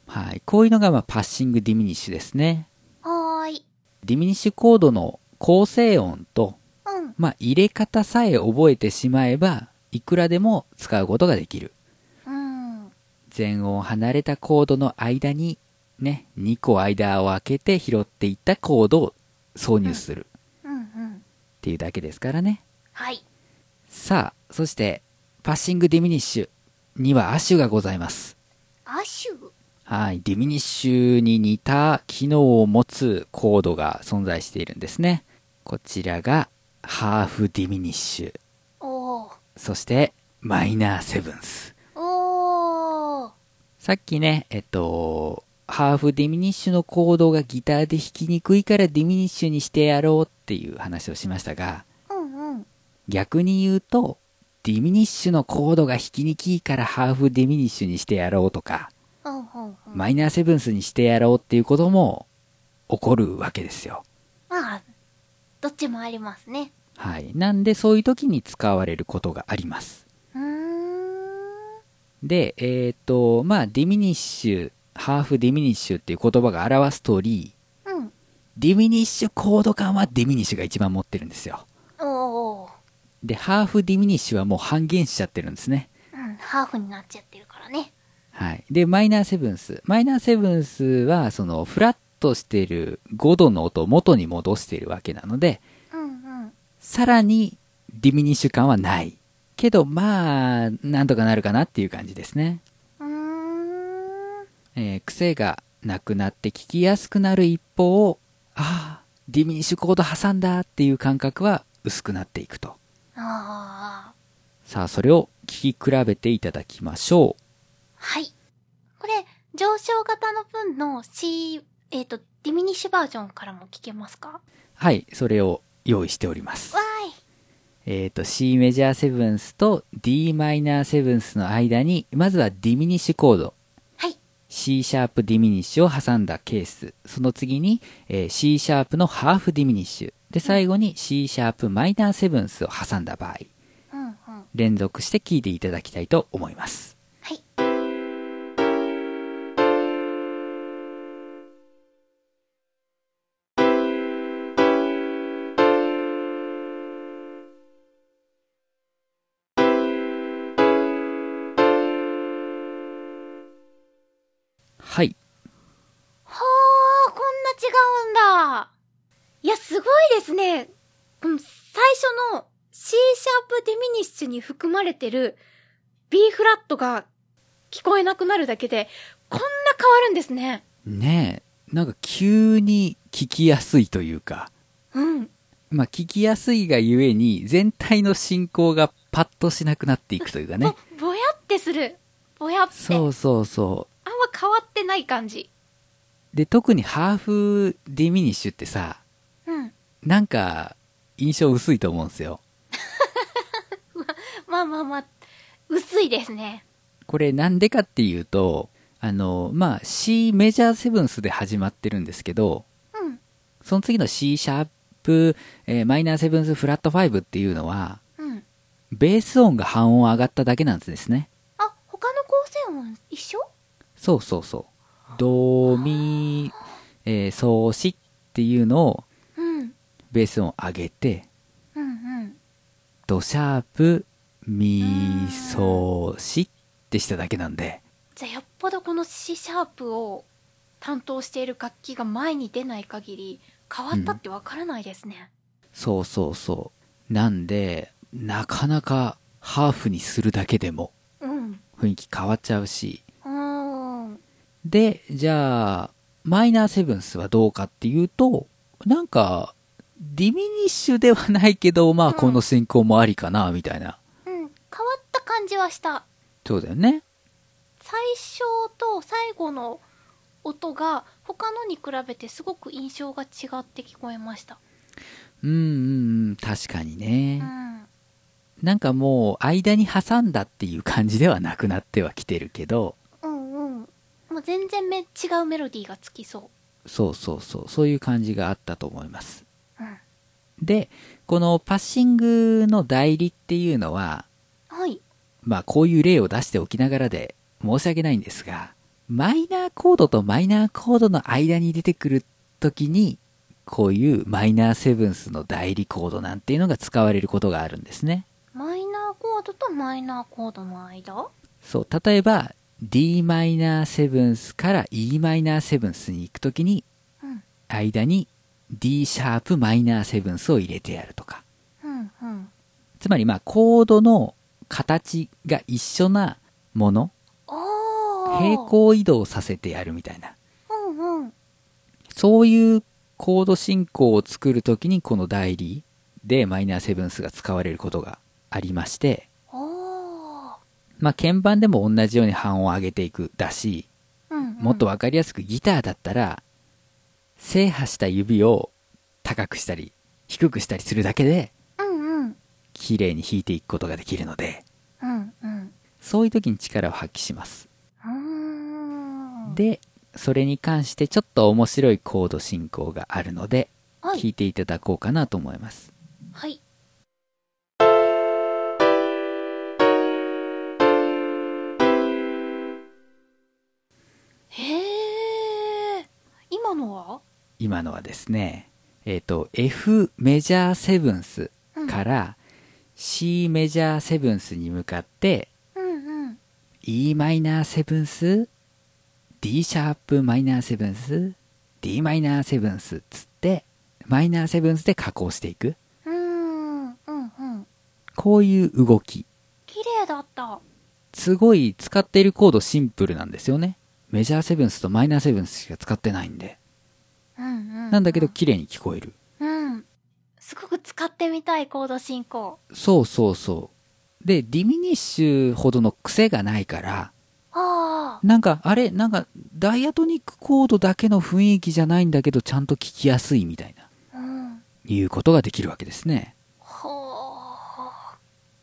はい。こういうのがまあパッシングディミニッシュですね。はーいディミニッシュコードの構成音と、うんまあ入れ方さえ覚えてしまえば、いくらでも使うことができる。うん全音を離れたコードの間にね2個間を空けて拾っていったコードを挿入するっうんうんていうだけですからね、はいさあそしてパッシングディミニッシュには亜種がございますアシュはいディミニッシュに似た機能を持つコードが存在しているんですねこちらがハーフディミニッシュおーそしてマイナーセブンスおーさっきね、えっと、ハーフディミニッシュのコードがギターで弾きにくいからディミニッシュにしてやろうっていう話をしましたが、うんうん逆に言うと、ディミニッシュのコードが弾きにくいからハーフディミニッシュにしてやろうとか、ううんうんうん。マイナーセブンスにしてやろうっていうことも起こるわけですよ。まあ、どっちもありますね。はい。なんで、そういう時に使われることがあります。うーん。で、えっ、と、まあ、ディミニッシュ、ハーフディミニッシュっていう言葉が表す通り、うん。ディミニッシュコード感はディミニッシュが一番持ってるんですよ。おー。で、ハーフディミニッシュはもう半減しちゃってるんですね。うん、ハーフになっちゃってるからね。はい。で、マイナーセブンス。マイナーセブンスは、その、フラッとしてる5度の音を元に戻しているわけなので、うんうん。さらにディミニッシュ感はない。けど、まあ、なんとかなるかなっていう感じですね。うーん。えー癖がなくなって聞きやすくなる一方、ああ、ディミニッシュコード挟んだっていう感覚は薄くなっていくと。ああ。さあ、それを聞き比べていただきましょう。はい。これ、上昇型の分の C、えっ、と、ディミニッシュバージョンからも聞けますかわはい、それを用意しております。ーい。えっ、と、C メジャーセブンスと d マイナーセブンスの間に、まずはディミニッシュコード、はい。 C シャープディミニッシュを挟んだケース。その次に、えー C シャープのハーフディミニッシュ。で、最後に C シャープマイナーセブンスを挟んだ場合、うんうん。は連続して聞いていただきたいと思います。い。はい。ほー、こんな違うんだ。いや、すごいですね。うん、最初の C シャープディミニッシュに含まれてる B フラットが聞こえなくなるだけで、こんな変わるんですね。ねえ、なんか急に聞きやすいというか、うん。まあ聞きやすいがゆえに、全体の進行がパッとしなくなっていくというかね ぼ。、ぼやってする。ぼやって。そうそうそあう。んま変わってない感じ。で、特にハーフディミニッシュってさ、うん。なんか印象薄いと思うんですよ。まあまあまあ、薄いですね。これなんでかっていうと、あの、まあ C メジャーセブンスで始まってるんですけど、うん。その次の C シャープ、えーマイナーセブンスフラット5っていうのは、うん。ベース音が半音上がっただけなんですね。あ、他の構成音一緒そうそうそう。ドミ、えー、ソシっていうのをうん。ベース音上げて、うんうん。ドシャープ、ミ、ソ、シってしただけなんで、じゃあよっぽどこの C シャープを担当している楽器が前に出ない限り変わったってわからないですね、そうそうそう。なんで、なかなかハーフにするだけでもうん雰囲気変わっちゃうし。うんんで、じゃあ、マイナーセブンスはどうかっていうと、なんか、ディミニッシュではないけど、まうあんこの進行もありかな、みたいな。変わった感じはしたそうだよね。最初と最後の音が他のに比べてすごく印象が違って聞こえましたうんうんうん、確かにうね。んなんかもう、間に挟んだっていう感じではなくなってはきてるけど、うんうんもう全然め違うメロディーがつきそそうそうそう、そういう感じがあったと思います。ううんで、このパッシングの代理っていうのは、はいまあこういう例を出しておきながらで申し訳ないんですが、マイナーコードとマイナーコードの間に出てくるときに、こういうマイナーセブンスの代理コードなんていうのが使われることがあるんですね。マイナーコードとマイナーコードの間そう、例えば d マイナーセブンスから e マイナーセブンスに行くときに、うん間に d シャープマイナーセブンスを入れてやるとか。うんうんつまりまあコードの形が一緒なもの、おー平行移動させてやるみたいな。うんうんそういうコード進行を作るときにこの代理でマイナーセブンスが使われることがありまして、おーまあ鍵盤でも同じように半音上げていくだし、うんうんもっとわかりやすくギターだったら、制覇した指を高くしたり低くしたりするだけでうんうん綺麗に弾いていくことができるので、うんうんそういう時に力を発揮します。うーんで、それに関してちょっと面白いコード進行があるので、は聞い。いていただこうかなと思います。はい。へえ。今のは今のはですね、えっ、と、F メジャーセブンスうんから C メジャーセブンスに向かって、うんうん。 E マイナーセブンス、D シャープマイナーセブンス、D マイナーセブンスつって、マイナーセブンスで加工していく。うーん。うんうん。こういう動き。綺麗だった。すごい使っているコードシンプルなんですよね。メジャーセブンスとマイナーセブンスしか使ってないんで。うんうん、なんだけど綺麗に聞こえる。うん。すごく使ってみたいコード進行。そうそうそう。で、ディミニッシュほどの癖がないから、ああ。なんか、あれ、なんか、ダイアトニックコードだけの雰囲気じゃないんだけど、ちゃんと聞きやすいみたいな、うん。いうことができるわけですね。ほー。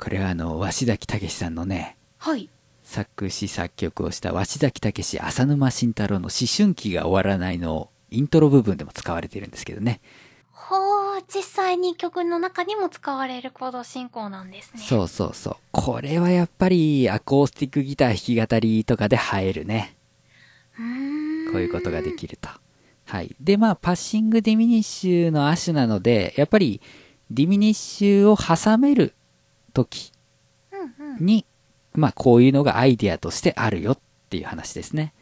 これはあの、鷲崎武さんのね、はい。作詞作曲をした鷲崎武史浅沼慎太郎の思春期が終わらないのイントロ部分でも使われてるんですけどね。ほー。実際に曲の中にも使われるコード進行なんですね。う。そうそうそう。これはやっぱりアコースティックギター弾き語りとかで映えるね。うーん。こういうことができると。はい。で、まあ、パッシングディミニッシュの亜種なので、やっぱりディミニッシュを挟める時うんうん。に、まあ、こういうのがアイディアとしてあるよっていう話ですね。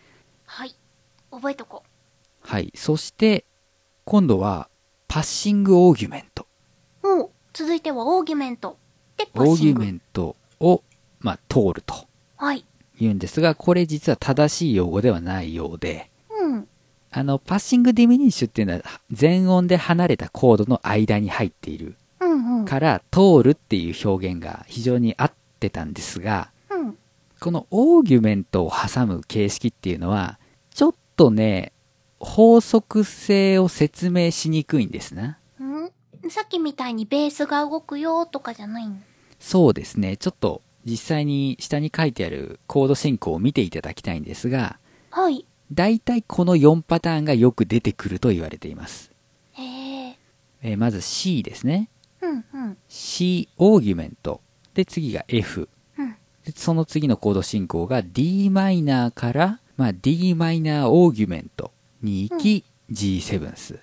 はい。覚えとこはい。そして、今度は、パッシングオーギュメント。う。おう。続いてはオーギュメント。で、パオッーギシンュグ。メントを、まあ、通るとはい。言うんですが、これ実は正しい用語ではないようで、うん。あの、パッシングディミニッシュっていうのは、全音で離れたコードの間に入っているうんうん。から、通るっていう表現が非常に合ってたんですが、うん。このオーギュメントを挟む形式っていうのは、ちょっとね、法則性を説明しにくいんですな。うんさっきみたいにベースが動くよとかじゃないのそうですね、ちょっと実際に下に書いてあるコード進行を見ていただきたいんですが、はい。だいたいこの4パターンがよく出てくると言われています。へえ。えーまず C ですね。うんうん。 C オーギュメントで次が F うん。でその次のコード進行が d マイナーから、まあ、d マイナーオーギュメントに行き、g セブンス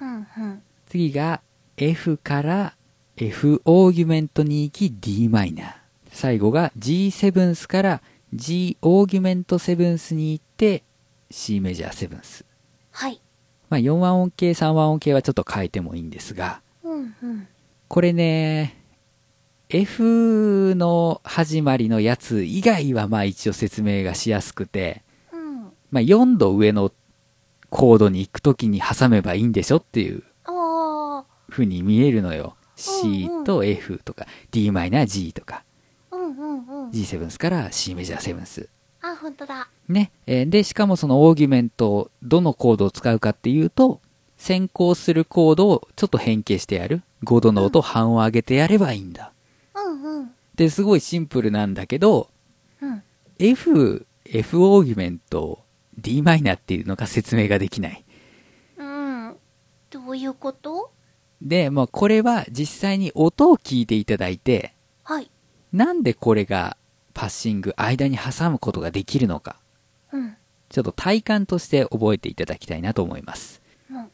うんうん。次が F から F オーギュメントに行き d マイナー最後が g セブンスから g オーギュメントセブンスに行って c メジャーセブンス、はい。まあ、4和音系3和音系はちょっと変えてもいいんですがうんうん。これね、F の始まりのやつ以外はまあ一応説明がしやすくて、うん。まあ4度上のコードに行くときに挟めばいいんでしょっていうああ。風に見えるのよ。うん C と F とか d マイナー g とかうんうんうん。 G7 から C メジャー7ス。あ、ほんとだ。ね。えーで、しかもそのオーギュメントをどのコードを使うかっていうと、先行するコードをちょっと変形してやる。5度の音半を上げてやればいいんだ。うんうん。ってすごいシンプルなんだけど、うん。 F、F オーギュメント、d マイナーっていうのが説明ができない。うん。どういうことで、まあこれは実際に音を聞いていただいて、はい。なんでこれがパッシング、間に挟むことができるのか、うん。ちょっと体感として覚えていただきたいなと思います。うん。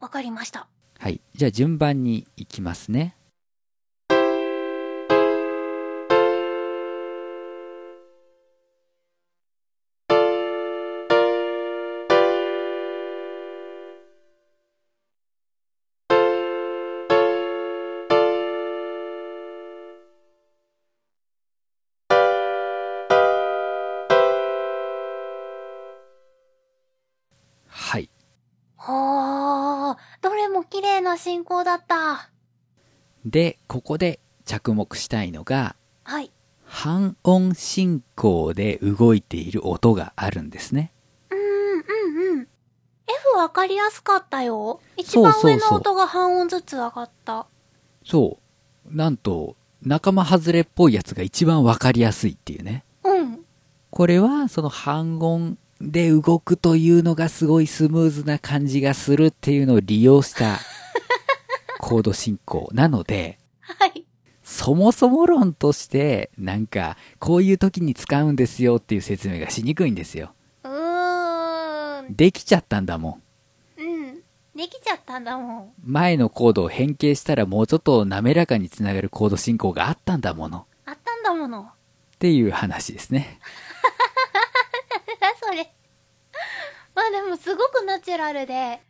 わかりました。はい。じゃあ順番に行きますね。はい。はあ。どれも綺麗な進行だった。で、ここで着目したいのが、はい。半音進行で動いている音があるんですね。うーん、うん、うん。F わかりやすかったよ。一番そうそ上うそうの音が半音ずつ上がった。そう。なんと、仲間外れっぽいやつが一番わかりやすいっていうね。うん。これは、その半音で動くというのがすごいスムーズな感じがするっていうのを利用したコード進行なので、はい。そもそも論として、なんか、こういう時に使うんですよっていう説明がしにくいんですよ。うーん。できちゃったんだもん。うん。できちゃったんだもん。前のコードを変形したらもうちょっと滑らかにつながるコード進行があったんだもの。あったんだもの。 っていう話ですね。なんだそれ。まあでもすごくナチュラルで、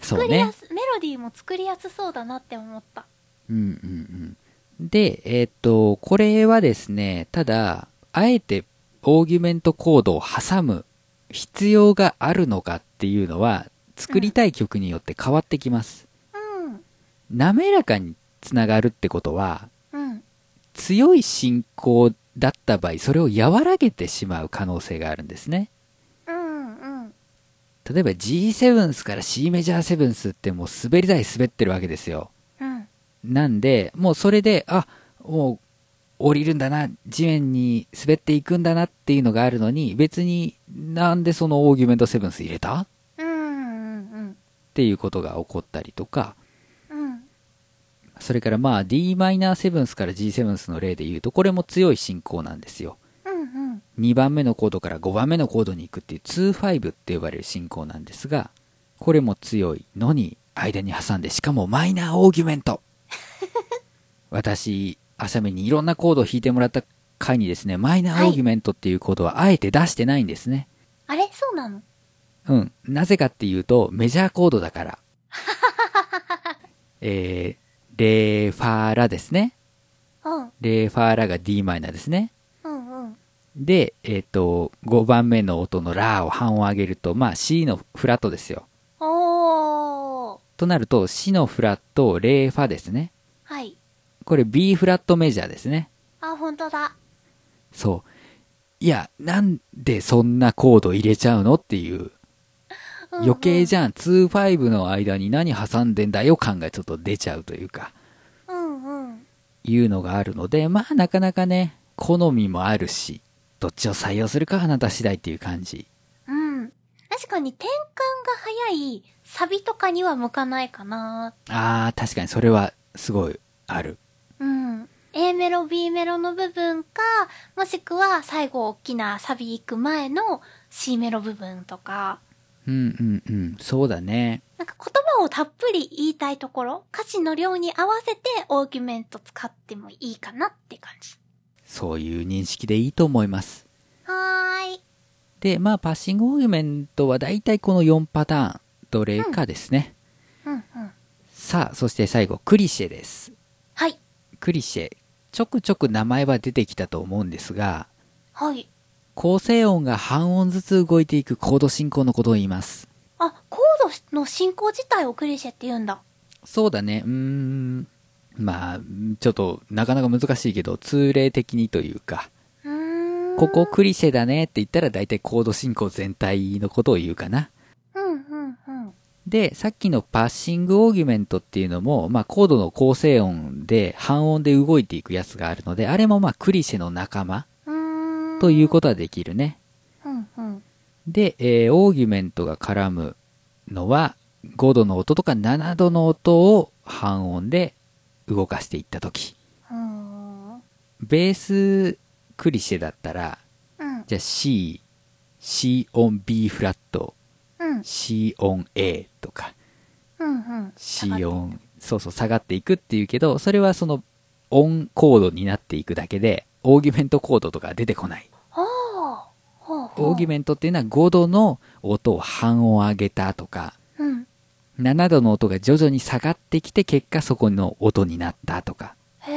そ作うりねや。す、メロディーも作りやすそうだなって思った。うんうんうん。で、えーっと、これはですね、ただ、あえてオーギュメントコードを挟む必要があるのかっていうのは、作りたい曲によって変わってきます。うん。滑らかにつながるってことは、うん。強い進行だった場合、それを和らげてしまう可能性があるんですね。うん。うん。例えば G7 スから C メジャー7スってもう滑り台滑ってるわけですよ。うん。なんで、もうそれで、あ、もう降りるんだな、地面に滑っていくんだなっていうのがあるのに、別になんでそのオーギュメントセブンス入れたっうん。うん。ていうことが起こったりとか、うん。それからまあ Dm7 スから G7 スの例で言うと、これも強い進行なんですよ。うん。 2番目のコードから5番目のコードに行くっていう2-5って呼ばれる進行なんですが、これも強いのに間に挟んで、しかもマイナーオーギュメント。私、浅めにいろんなコードを弾いてもらった回にですね、マイナーオーギュメントっていうコードはあえて出してないんですね。あれそうなのうん。なぜかっていうと、メジャーコードだから。えー、レーファーラですね。うん。レーファーラが d マイナーですね。うん。うん。で、えっ、と、5番目の音のラを半音上げると、まあ C のフラットですよ。おー。となると、C のフラット、レファですね。はい。これ B フラットメジャーですね。あ、ほんとだ。そう。いや、なんでそんなコード入れちゃうのっていう。うん余計じゃゃん。2-5の間に何挟んでんだよ感がちょっと出ちゃうというか、うんうん。いうのがあるので、まあなかなかね、好みもあるし、どっちを採用するかはあなた次第っていう感じ。うん。確かに転換が早いサビとかには向かないかな。あー、確かにそれはすごいある。うん。A メロ、B メロの部分か、もしくは最後大きなサビ行く前の C メロ部分とか、うんうんうん、そうだね。なんか言葉をたっぷり言いたいところ、歌詞の量に合わせてオーギュメント使ってもいいかなって感じ。そういう認識でいいと思います。はーい。で、まあ、パッシングオーギュメントはだいたいこの4パターン、どれかですね。うんうん。さあ、そして最後、クリシェです。はい。クリシェ。ちょくちょく名前は出てきたと思うんですが、はい。構成音が半音ずつ動いていくコード進行のことを言います。あ、コードの進行自体をクリシェって言うんだ。そうだね、うーん。まあ、ちょっと、なかなか難しいけど、通例的にというか、うーん。ここクリシェだねって言ったら大体コード進行全体のことを言うかな。うんうんうん。で、さっきのパッシングオーギュメントっていうのも、まあ、コードの構成音で半音で動いていくやつがあるので、あれもまあ、クリシェの仲間うーん。ということはできるね。うんうん。で、えーオーギュメントが絡むのは、5度の音とか7度の音を半音で動かしていったとき。うん。ベースクリシェだったら、うん。じゃあ C、C 音 B フラット、うん。 C 音 A とか、うん。 C 音、そうそう、下がっていくっていうけど、それはその、音コードになっていくだけで、オーギュメントコードとか出てこない。ほう。ほうほう。オーギュメントっていうのは5度の音を半音上げたとか、うん。 7度の音が徐々に下がってきて、結果そこの音になったとか、へ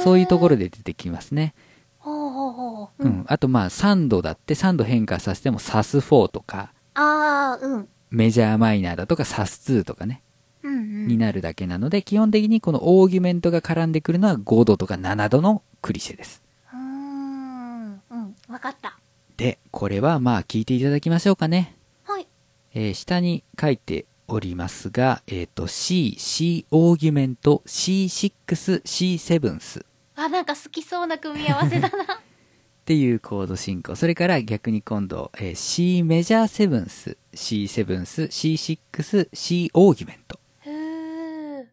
え。そういうところで。で出てきますね。ほうほうほう。う。ん。あとまあ3度だって3度変化させてもサス4とか、ああ、うん。メジャーマイナーだとかサス2とかね、うんうん。になるだけなので、基本的にこのオーギュメントが絡んでくるのは5度とか7度のクリシェです。うーん。うん。わかった。で、これはまあ聞いていただきましょうかね。はい。えー下に書いておりますが、えっ、と C、C オーギュメント、C6、C7 ス。 あ、なんか好きそうな組み合わせだな。っていうコード進行。それから逆に今度、えー C メジャーセブンス、C セブンス、C6、C オーギュメント。へー。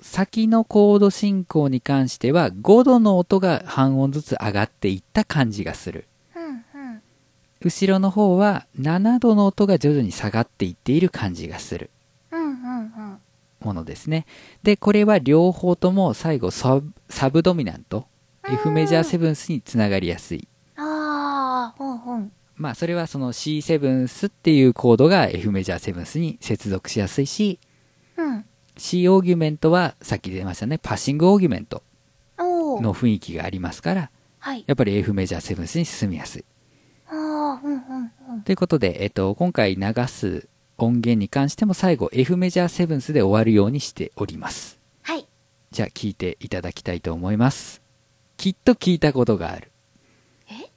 先のコード進行に関しては5度の音が半音ずつ上がっていった感じがする。うんうん。後ろの方は7度の音が徐々に下がっていっている感じがするうんうんものですね。で、これは両方とも最後サブサブドミナント、うん。 F メジャーセブンスにつながりやすい。あー、うんうん。まあそれはその C セブンスっていうコードが F メジャーセブンスに接続しやすいし、うん。 C オーギュメントはさっき出ましたね、パッシングオーギュメントおー。の雰囲気がありますから、はい。やっぱり F メジャーセブンスに進みやすい。あー、うんうんうん。ということで、えっと、今回流す音源に関しても最後 F メジャーセブンスで終わるようにしております。はい。じゃあ聞いていただきたいと思います。きっと聞いたことがある。え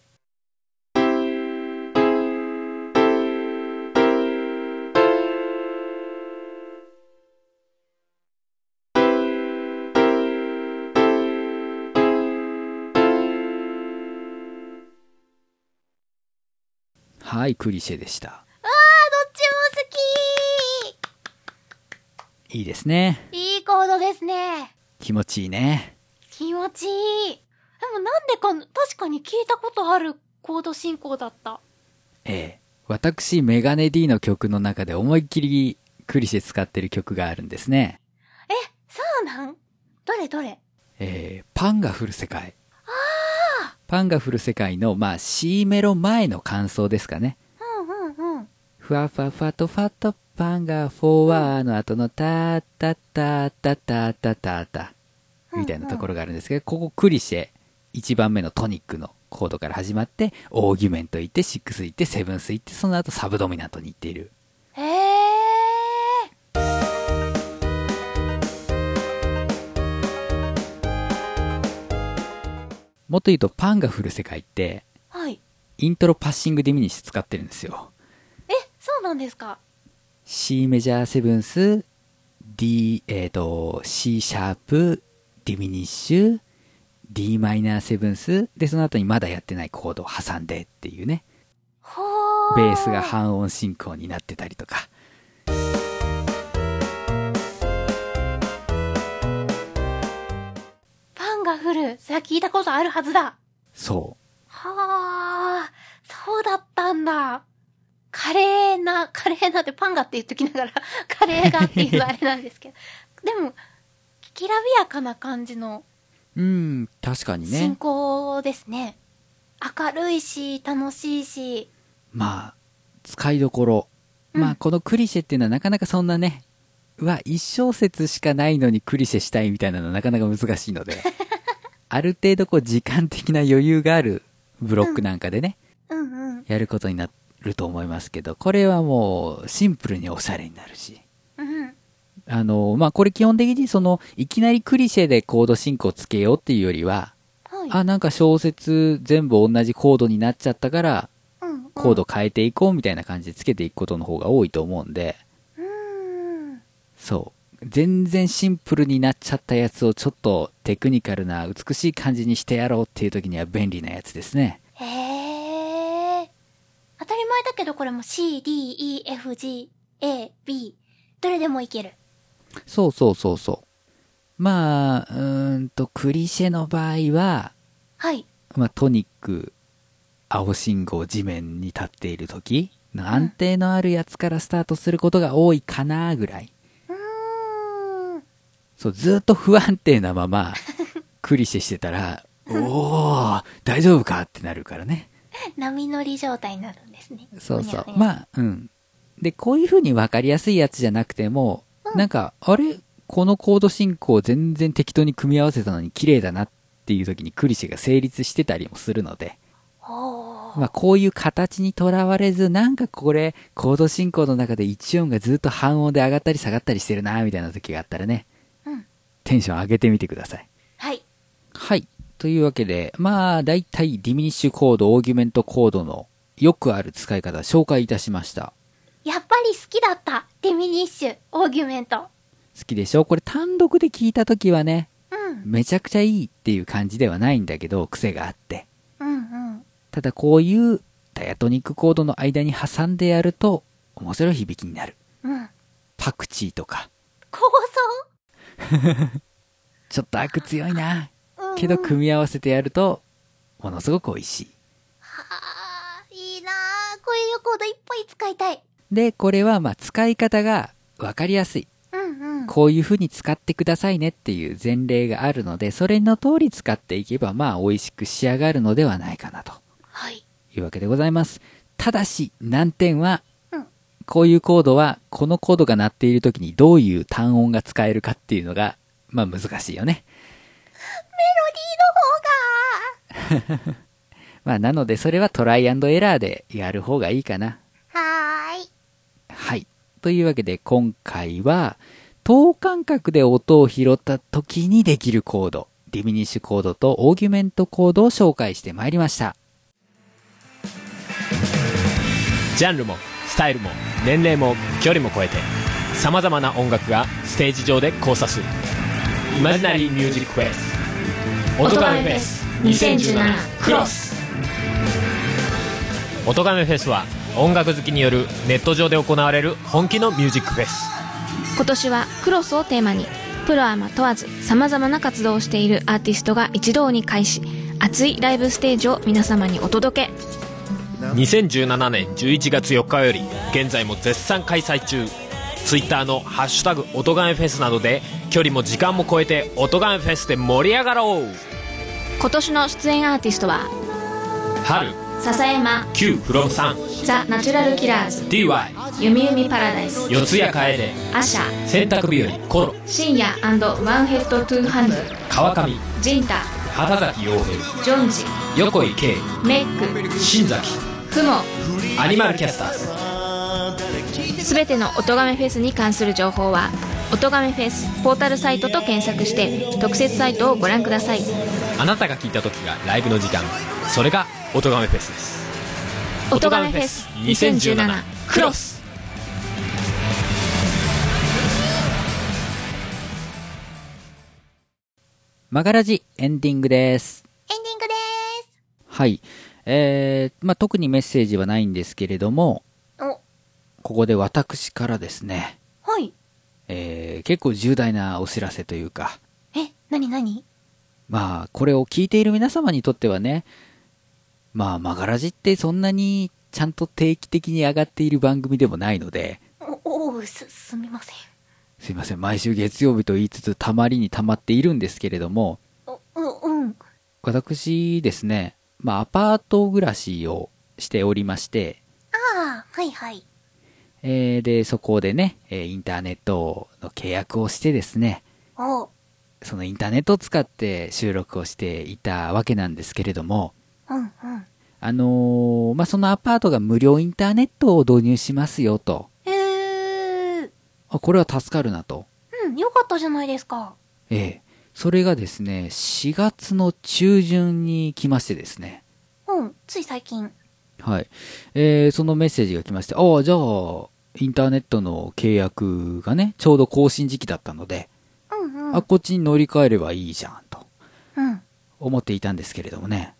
はい、クリシェでした。あ、どっちも好いいですね。きいいコードですね。気持ちいいね。気持ちいい。でもなんでかん、確かに聞いたことあるコード進行だった。ええ。私、メガネ D の曲の中で思いっきりクリシェ使ってる曲があるんですね。え、そうなんどれどれえーパンが降る世界。パンが降る世界の、まあ、C メロ前の感想ですかね。うんうんうん。ふわふわふわとふわっとパンがフォワーの後のタッタッタッタッタッタッタッタみたいなところがあるんですけど、ここクリシェ、1番目のトニックのコードから始まって、オーギュメント行って、シックス行って、セブンス行って、その後サブドミナントに行っている。へえ。もっと言うと、パンが降る世界って、はい。イントロパッシングディミニッシュ使ってるんですよ。え、そうなんですか C メジャーセブンス、D、えっ、と、C シャープ、ディミニッシュ、D マイナーセブンス、で、その後にまだやってないコードを挟んでっていうね、ほー。ベースが半音進行になってたりとか。パンが降る。それは聞いたことあるはずだ。そはー。そうだったんだ。カレーな、カレーなってパンがって言っときながら、 カレーがっていうあれなんですけど。でも、きらびやかな感じのう。うん、確かに進ね。行ですね。明るいし、楽しいし。まあ、使いどころ。まうあ、んこのクリシェっていうのはなかなかそんなね、うわ、一小節しかないのにクリシェしたいみたいなのはなかなか難しい ので、ある程度こう時間的な余裕があるブロックなんかでね、うんうん。やることになると思いますけど、これはもうシンプルにおしゃれになるし。うん。あの、まあ、これ基本的にその、いきなりクリシェでコード進行つけようっていうよりは、はい。あ、なんか小説全部同じコードになっちゃったから、うんうんコード変えていこうみたいな感じでつけていくことの方が多いと思うんで、うーん。そう。全然シンプルになっちゃったやつをちょっとテクニカルな美しい感じにしてやろうっていう時には便利なやつですね。へえ。当たり前だけどこれも C, D, E, F, G, A, B。どれでもいける。そうそうそうそう。まあ、うーんと、クリシェの場合は、はい。まあ、トニック、青信号、地面に立っている時の安定のあるやつからスタートすることが多いかなぐらい。うーん。そう、ずっと不安定な まま、クリシェしてたら、おー、大丈夫かってなるからね。波乗り状態になるんですね。そうそう。あ。まあ、うん。で、こういう風に分かりやすいやつじゃなくてうも、んなんか、あれこのコード進行全然適当に組み合わせたのに綺麗だなっていう時にクリシェが成立してたりもするので、おー。まあ、こういう形にとらわれず、なんかこれ、コード進行の中で1音がずっと半音で上がったり下がったりしてるなみたいな時があったらね、うん。テンション上げてみてください。はい。はい。というわけで、まあ、だいたいディミニッシュコード、オーギュメントコードのよくある使い方紹介いたしました。やっぱり好きだった。デミニッシュ、オーギュメント。好きでしょこれ単独で聞いた時はね、うん。めちゃくちゃいいっていう感じではないんだけど、癖があって。うんうん。ただこういうダイアトニックコードの間に挟んでやると面白い響きになる。うん。パクチーとか、構ちょっと悪強いな。想うんけど組み合わせてやると、ものすごく美味しい。はあ、いいなあこういうコードいっぱい使いたい。で、これはまあ使い方がわかりやすい。うんうん。こういう風に使ってくださいねっていう前例があるので、それの通り使っていけばまあ美味しく仕上がるのではないかなとはい。いうわけでございます。ただし難点はうん、こういうコードはこのコードが鳴っている時にどういう単音が使えるかっていうのがまあ難しいよメね。ロデまあなのでそれはトライアンドエラーでやる方がいいかィーのな。方がはーい。はい。というわけで今回は、等間隔で音を拾った時にできるコード、ディミニッシュコードとオーギュメントコードを紹介してまいりました。ジャンルもスタイルも年齢も距離も超えてさまざまな音楽がステージ上で交差するイマジナリーミュージックフェス音ガメフェス2017クロス音ガメフェスは音楽好きによるネット上で行われる本気のミュージックフェス今年はクロスをテーマにプロアマ問わず様々な活動をしているアーティストが一堂に会し熱いライブステージを皆様にお届け2017年11月4日より現在も絶賛開催中 Twitter の「ハッシュタグ音ガメフェス」などで距離も時間も超えて音ガメフェスで盛り上がろう今年の出演アーティストは春笹山 Q フロムさんザ・ナチュラルキラーズ DY 弓弓パラダイス四谷楓アシャ洗濯日和コロ深夜ワンヘッドトゥーハンド川上ジンタ畑崎陽平ジョンジ横井圭メック新崎クモアニマルキャスターズすべての音とがめフェスに関する情報は「音とがめフェス」ポータルサイトと検索して特設サイトをご覧くださいあなたが聞いた時がライブの時間それが音ガメフェスです音ガメフェス2017クロスマガラジエンディングです。エンディングではい。えー、まあ、特にメッセージはないんですけれども、ーす。ここで私からですね、お、はい。えー、結構重大なお知らせというか、え、なになにまあ、これを聞いている皆様にとってはね、まあ、マガラジってそんなにちゃんと定期的に上がっている番組でもないので、お、おう、す、すみません。すいません、毎週月曜日と言いつつ、たまりにたまっているんですけれども、お、う、うん。私ですね、まあ、アパート暮らしをしておりまして、ああ、はいはい。えーで、そこでね、えーインターネットの契約をしてですね、お、そのインターネットを使って収録をしていたわけなんですけれども、うんうん。あのーまあ、そのアパートが無料インターネットを導入しますよと。えー、あ、これは助かるなと。うん、よかったじゃないですか。ええ。それがですね、4月の中旬に来ましてですね。うん、つい最近。はい。えー、そのメッセージが来まして、ああ、じゃあ、インターネットの契約がね、ちょうど更新時期だったので、うんうん。あ、こっちに乗り換えればいいじゃん、とうん。思っていたんですけれどもね。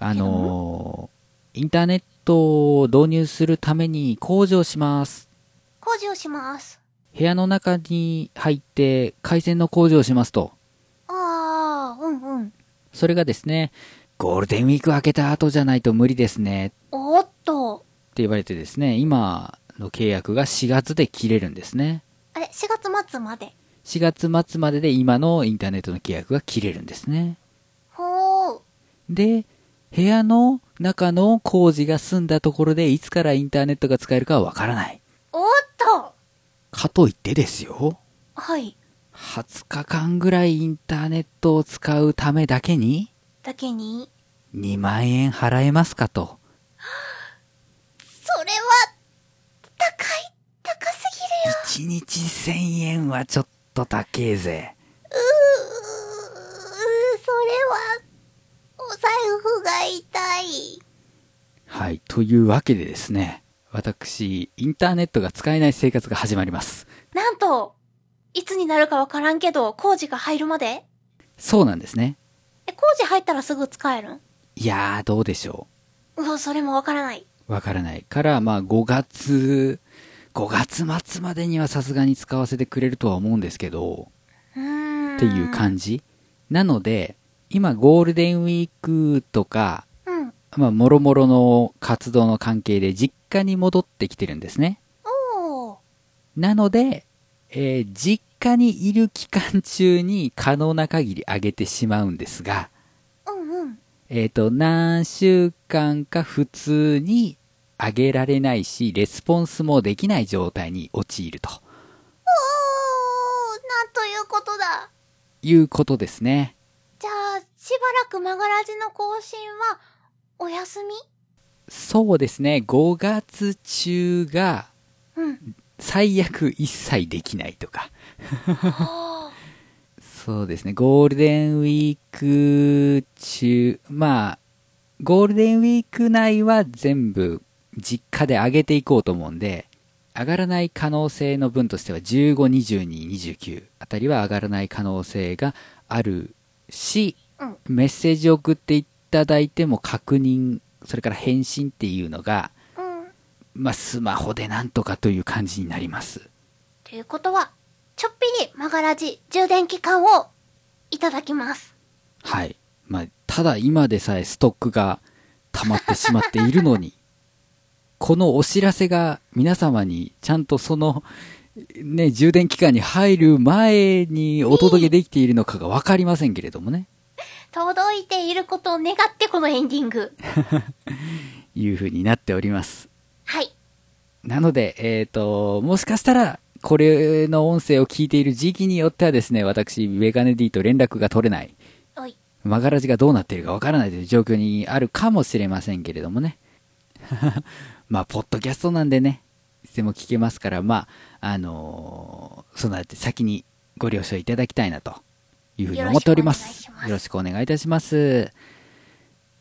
あのーインターネットを導入するために工事をします。工事をします。部屋の中に入って回線の工事をしますと。ああ、うんうん。それがですね、ゴールデンウィーク明けた後じゃないと無理ですねっておっと。言われてですね、今の契約が4月で切れるんですね。あれ、4月末まで。 4月末までで今のインターネットの契約が切れるんですね。ほう。で、部屋の中の工事が済んだところでいつからインターネットが使えるかはわからない。おっと。かといってですよ、はい。 20日間ぐらいインターネットを使うためだけに、だけに、 2万円払えますかと。それは、高い、高すぎるよ。 1日1000円はちょっと高えぜ。うー、それは、お財布が痛い。はい。というわけでですね、私、インターネットが使えない生活が始まります。なんと、いつになるかわからんけど、工事が入るまでそうなんですね。え、工事入ったらすぐ使えるんいやー、どうでしょう。うわ、それもわからない。わからないから、まあ5月、5月末までにはさすがに使わせてくれるとは思うんですけど、うーん。っていう感じ。なので、今ゴールデンウィークとか、じ。うん。まあ、もろもろの活動の関係で実家に戻ってきてるんですね。おー。なので、えー実家にいる期間中に可能な限り上げてしまうんですが、うんうん。えっ、と、何週間か普通に上げられないし、レスポンスもできない状態に陥るとおーなんということだいうことですね。じゃあ、しばらく曲がらじの更新は、お休みそうですね、5月中が うん。最悪一切できないとか。はそうですね、ゴールデンウィーク中、まあ、ゴールデンウィーク内は全部実家で上げていこうと思うんで、上がらない可能性の分としては15、22、29あたりは上がらない可能性があるし、うんメッセージを送っていただいても確認、それから返信っていうのが、あうん。まあ、スマホでなんとかという感じになります。ということは、ちょっぴり曲がらじ充電期間をいただきます。はい。まあ、ただ今でさえストックが溜まってしまっているのに、このお知らせが皆様にちゃんとその、ね、充電期間に入る前にお届けできているのかがわかりませんけれどもね、届いていることを願ってこのエンディング。いう風になっております。はい。なので、えっ、と、もしかしたら、これの音声を聞いている時期によってはですね、私、メガネ D と連絡が取れない、おい。曲がらじがどうなっているかわからないという状況にあるかもしれませんけれどもね。 まあ、ポッドキャストなんでね、いつでも聞けますから、まあ、あのーそのあて先にご了承いただきたいなというふうに思っております。よよろろしくお願いいたします。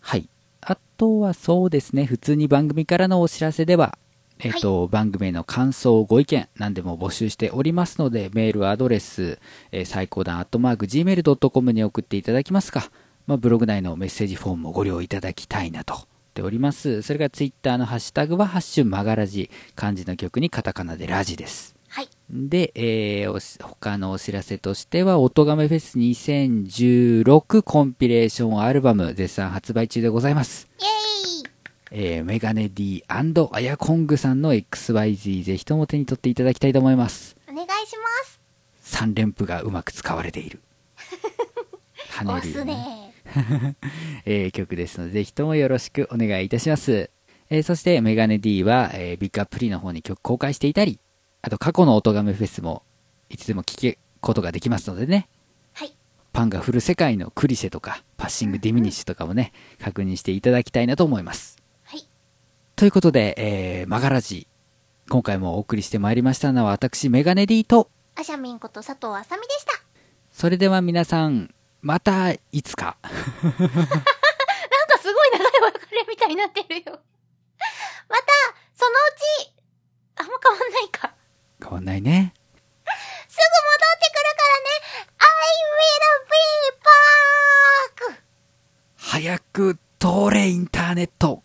はい。あとはそうですね、普通に番組からのお知らせでは、えっ、と、番組への感想、ご意見、何でも募集しておりますので、メールアドレス、えー最高段アットマーク Gmail.com に送っていただきますか、まあ、ブログ内のメッセージフォームもご利用いただきたいなと思っております。それからツイッターのハッシュタグは、ハッシュマガラジ、漢字の曲にカタカナでラジです。はい。で、えーおし他のお知らせとしては、おとがめフェス2016コンピレーションアルバム絶賛発売中でございます。イェーイえーメガネ D& アヤコングさんの XYZ ぜひとも手に取っていただきたいと思います。お願いします。 3連符がうまく使われて いる。跳押ねるよすねね。えー曲ですので、ぜひともよろしくお願いいたします。えーそして、メガネ D は、えービッグアップリの方に曲公開していたり、あと過去の音亀フェスも、いつでも聴けることができますのでね、はい。パンが降る世界のクリシェとか、パッシングディミニッシュとかもね、確認していただきたいなと思います。はい。ということで、えー、マガラジ、今回もお送りしてまいりましたのは、私、メガネ D と、あしゃみんこと佐藤あさみでした。それでは皆さん、またいつか。なんかすごい長いお別れみたいになってるよ。ま た、そのうち、あんま変わんないか。変わんないね。すぐ戻ってくるからね。I will be back! 早く通れインターネット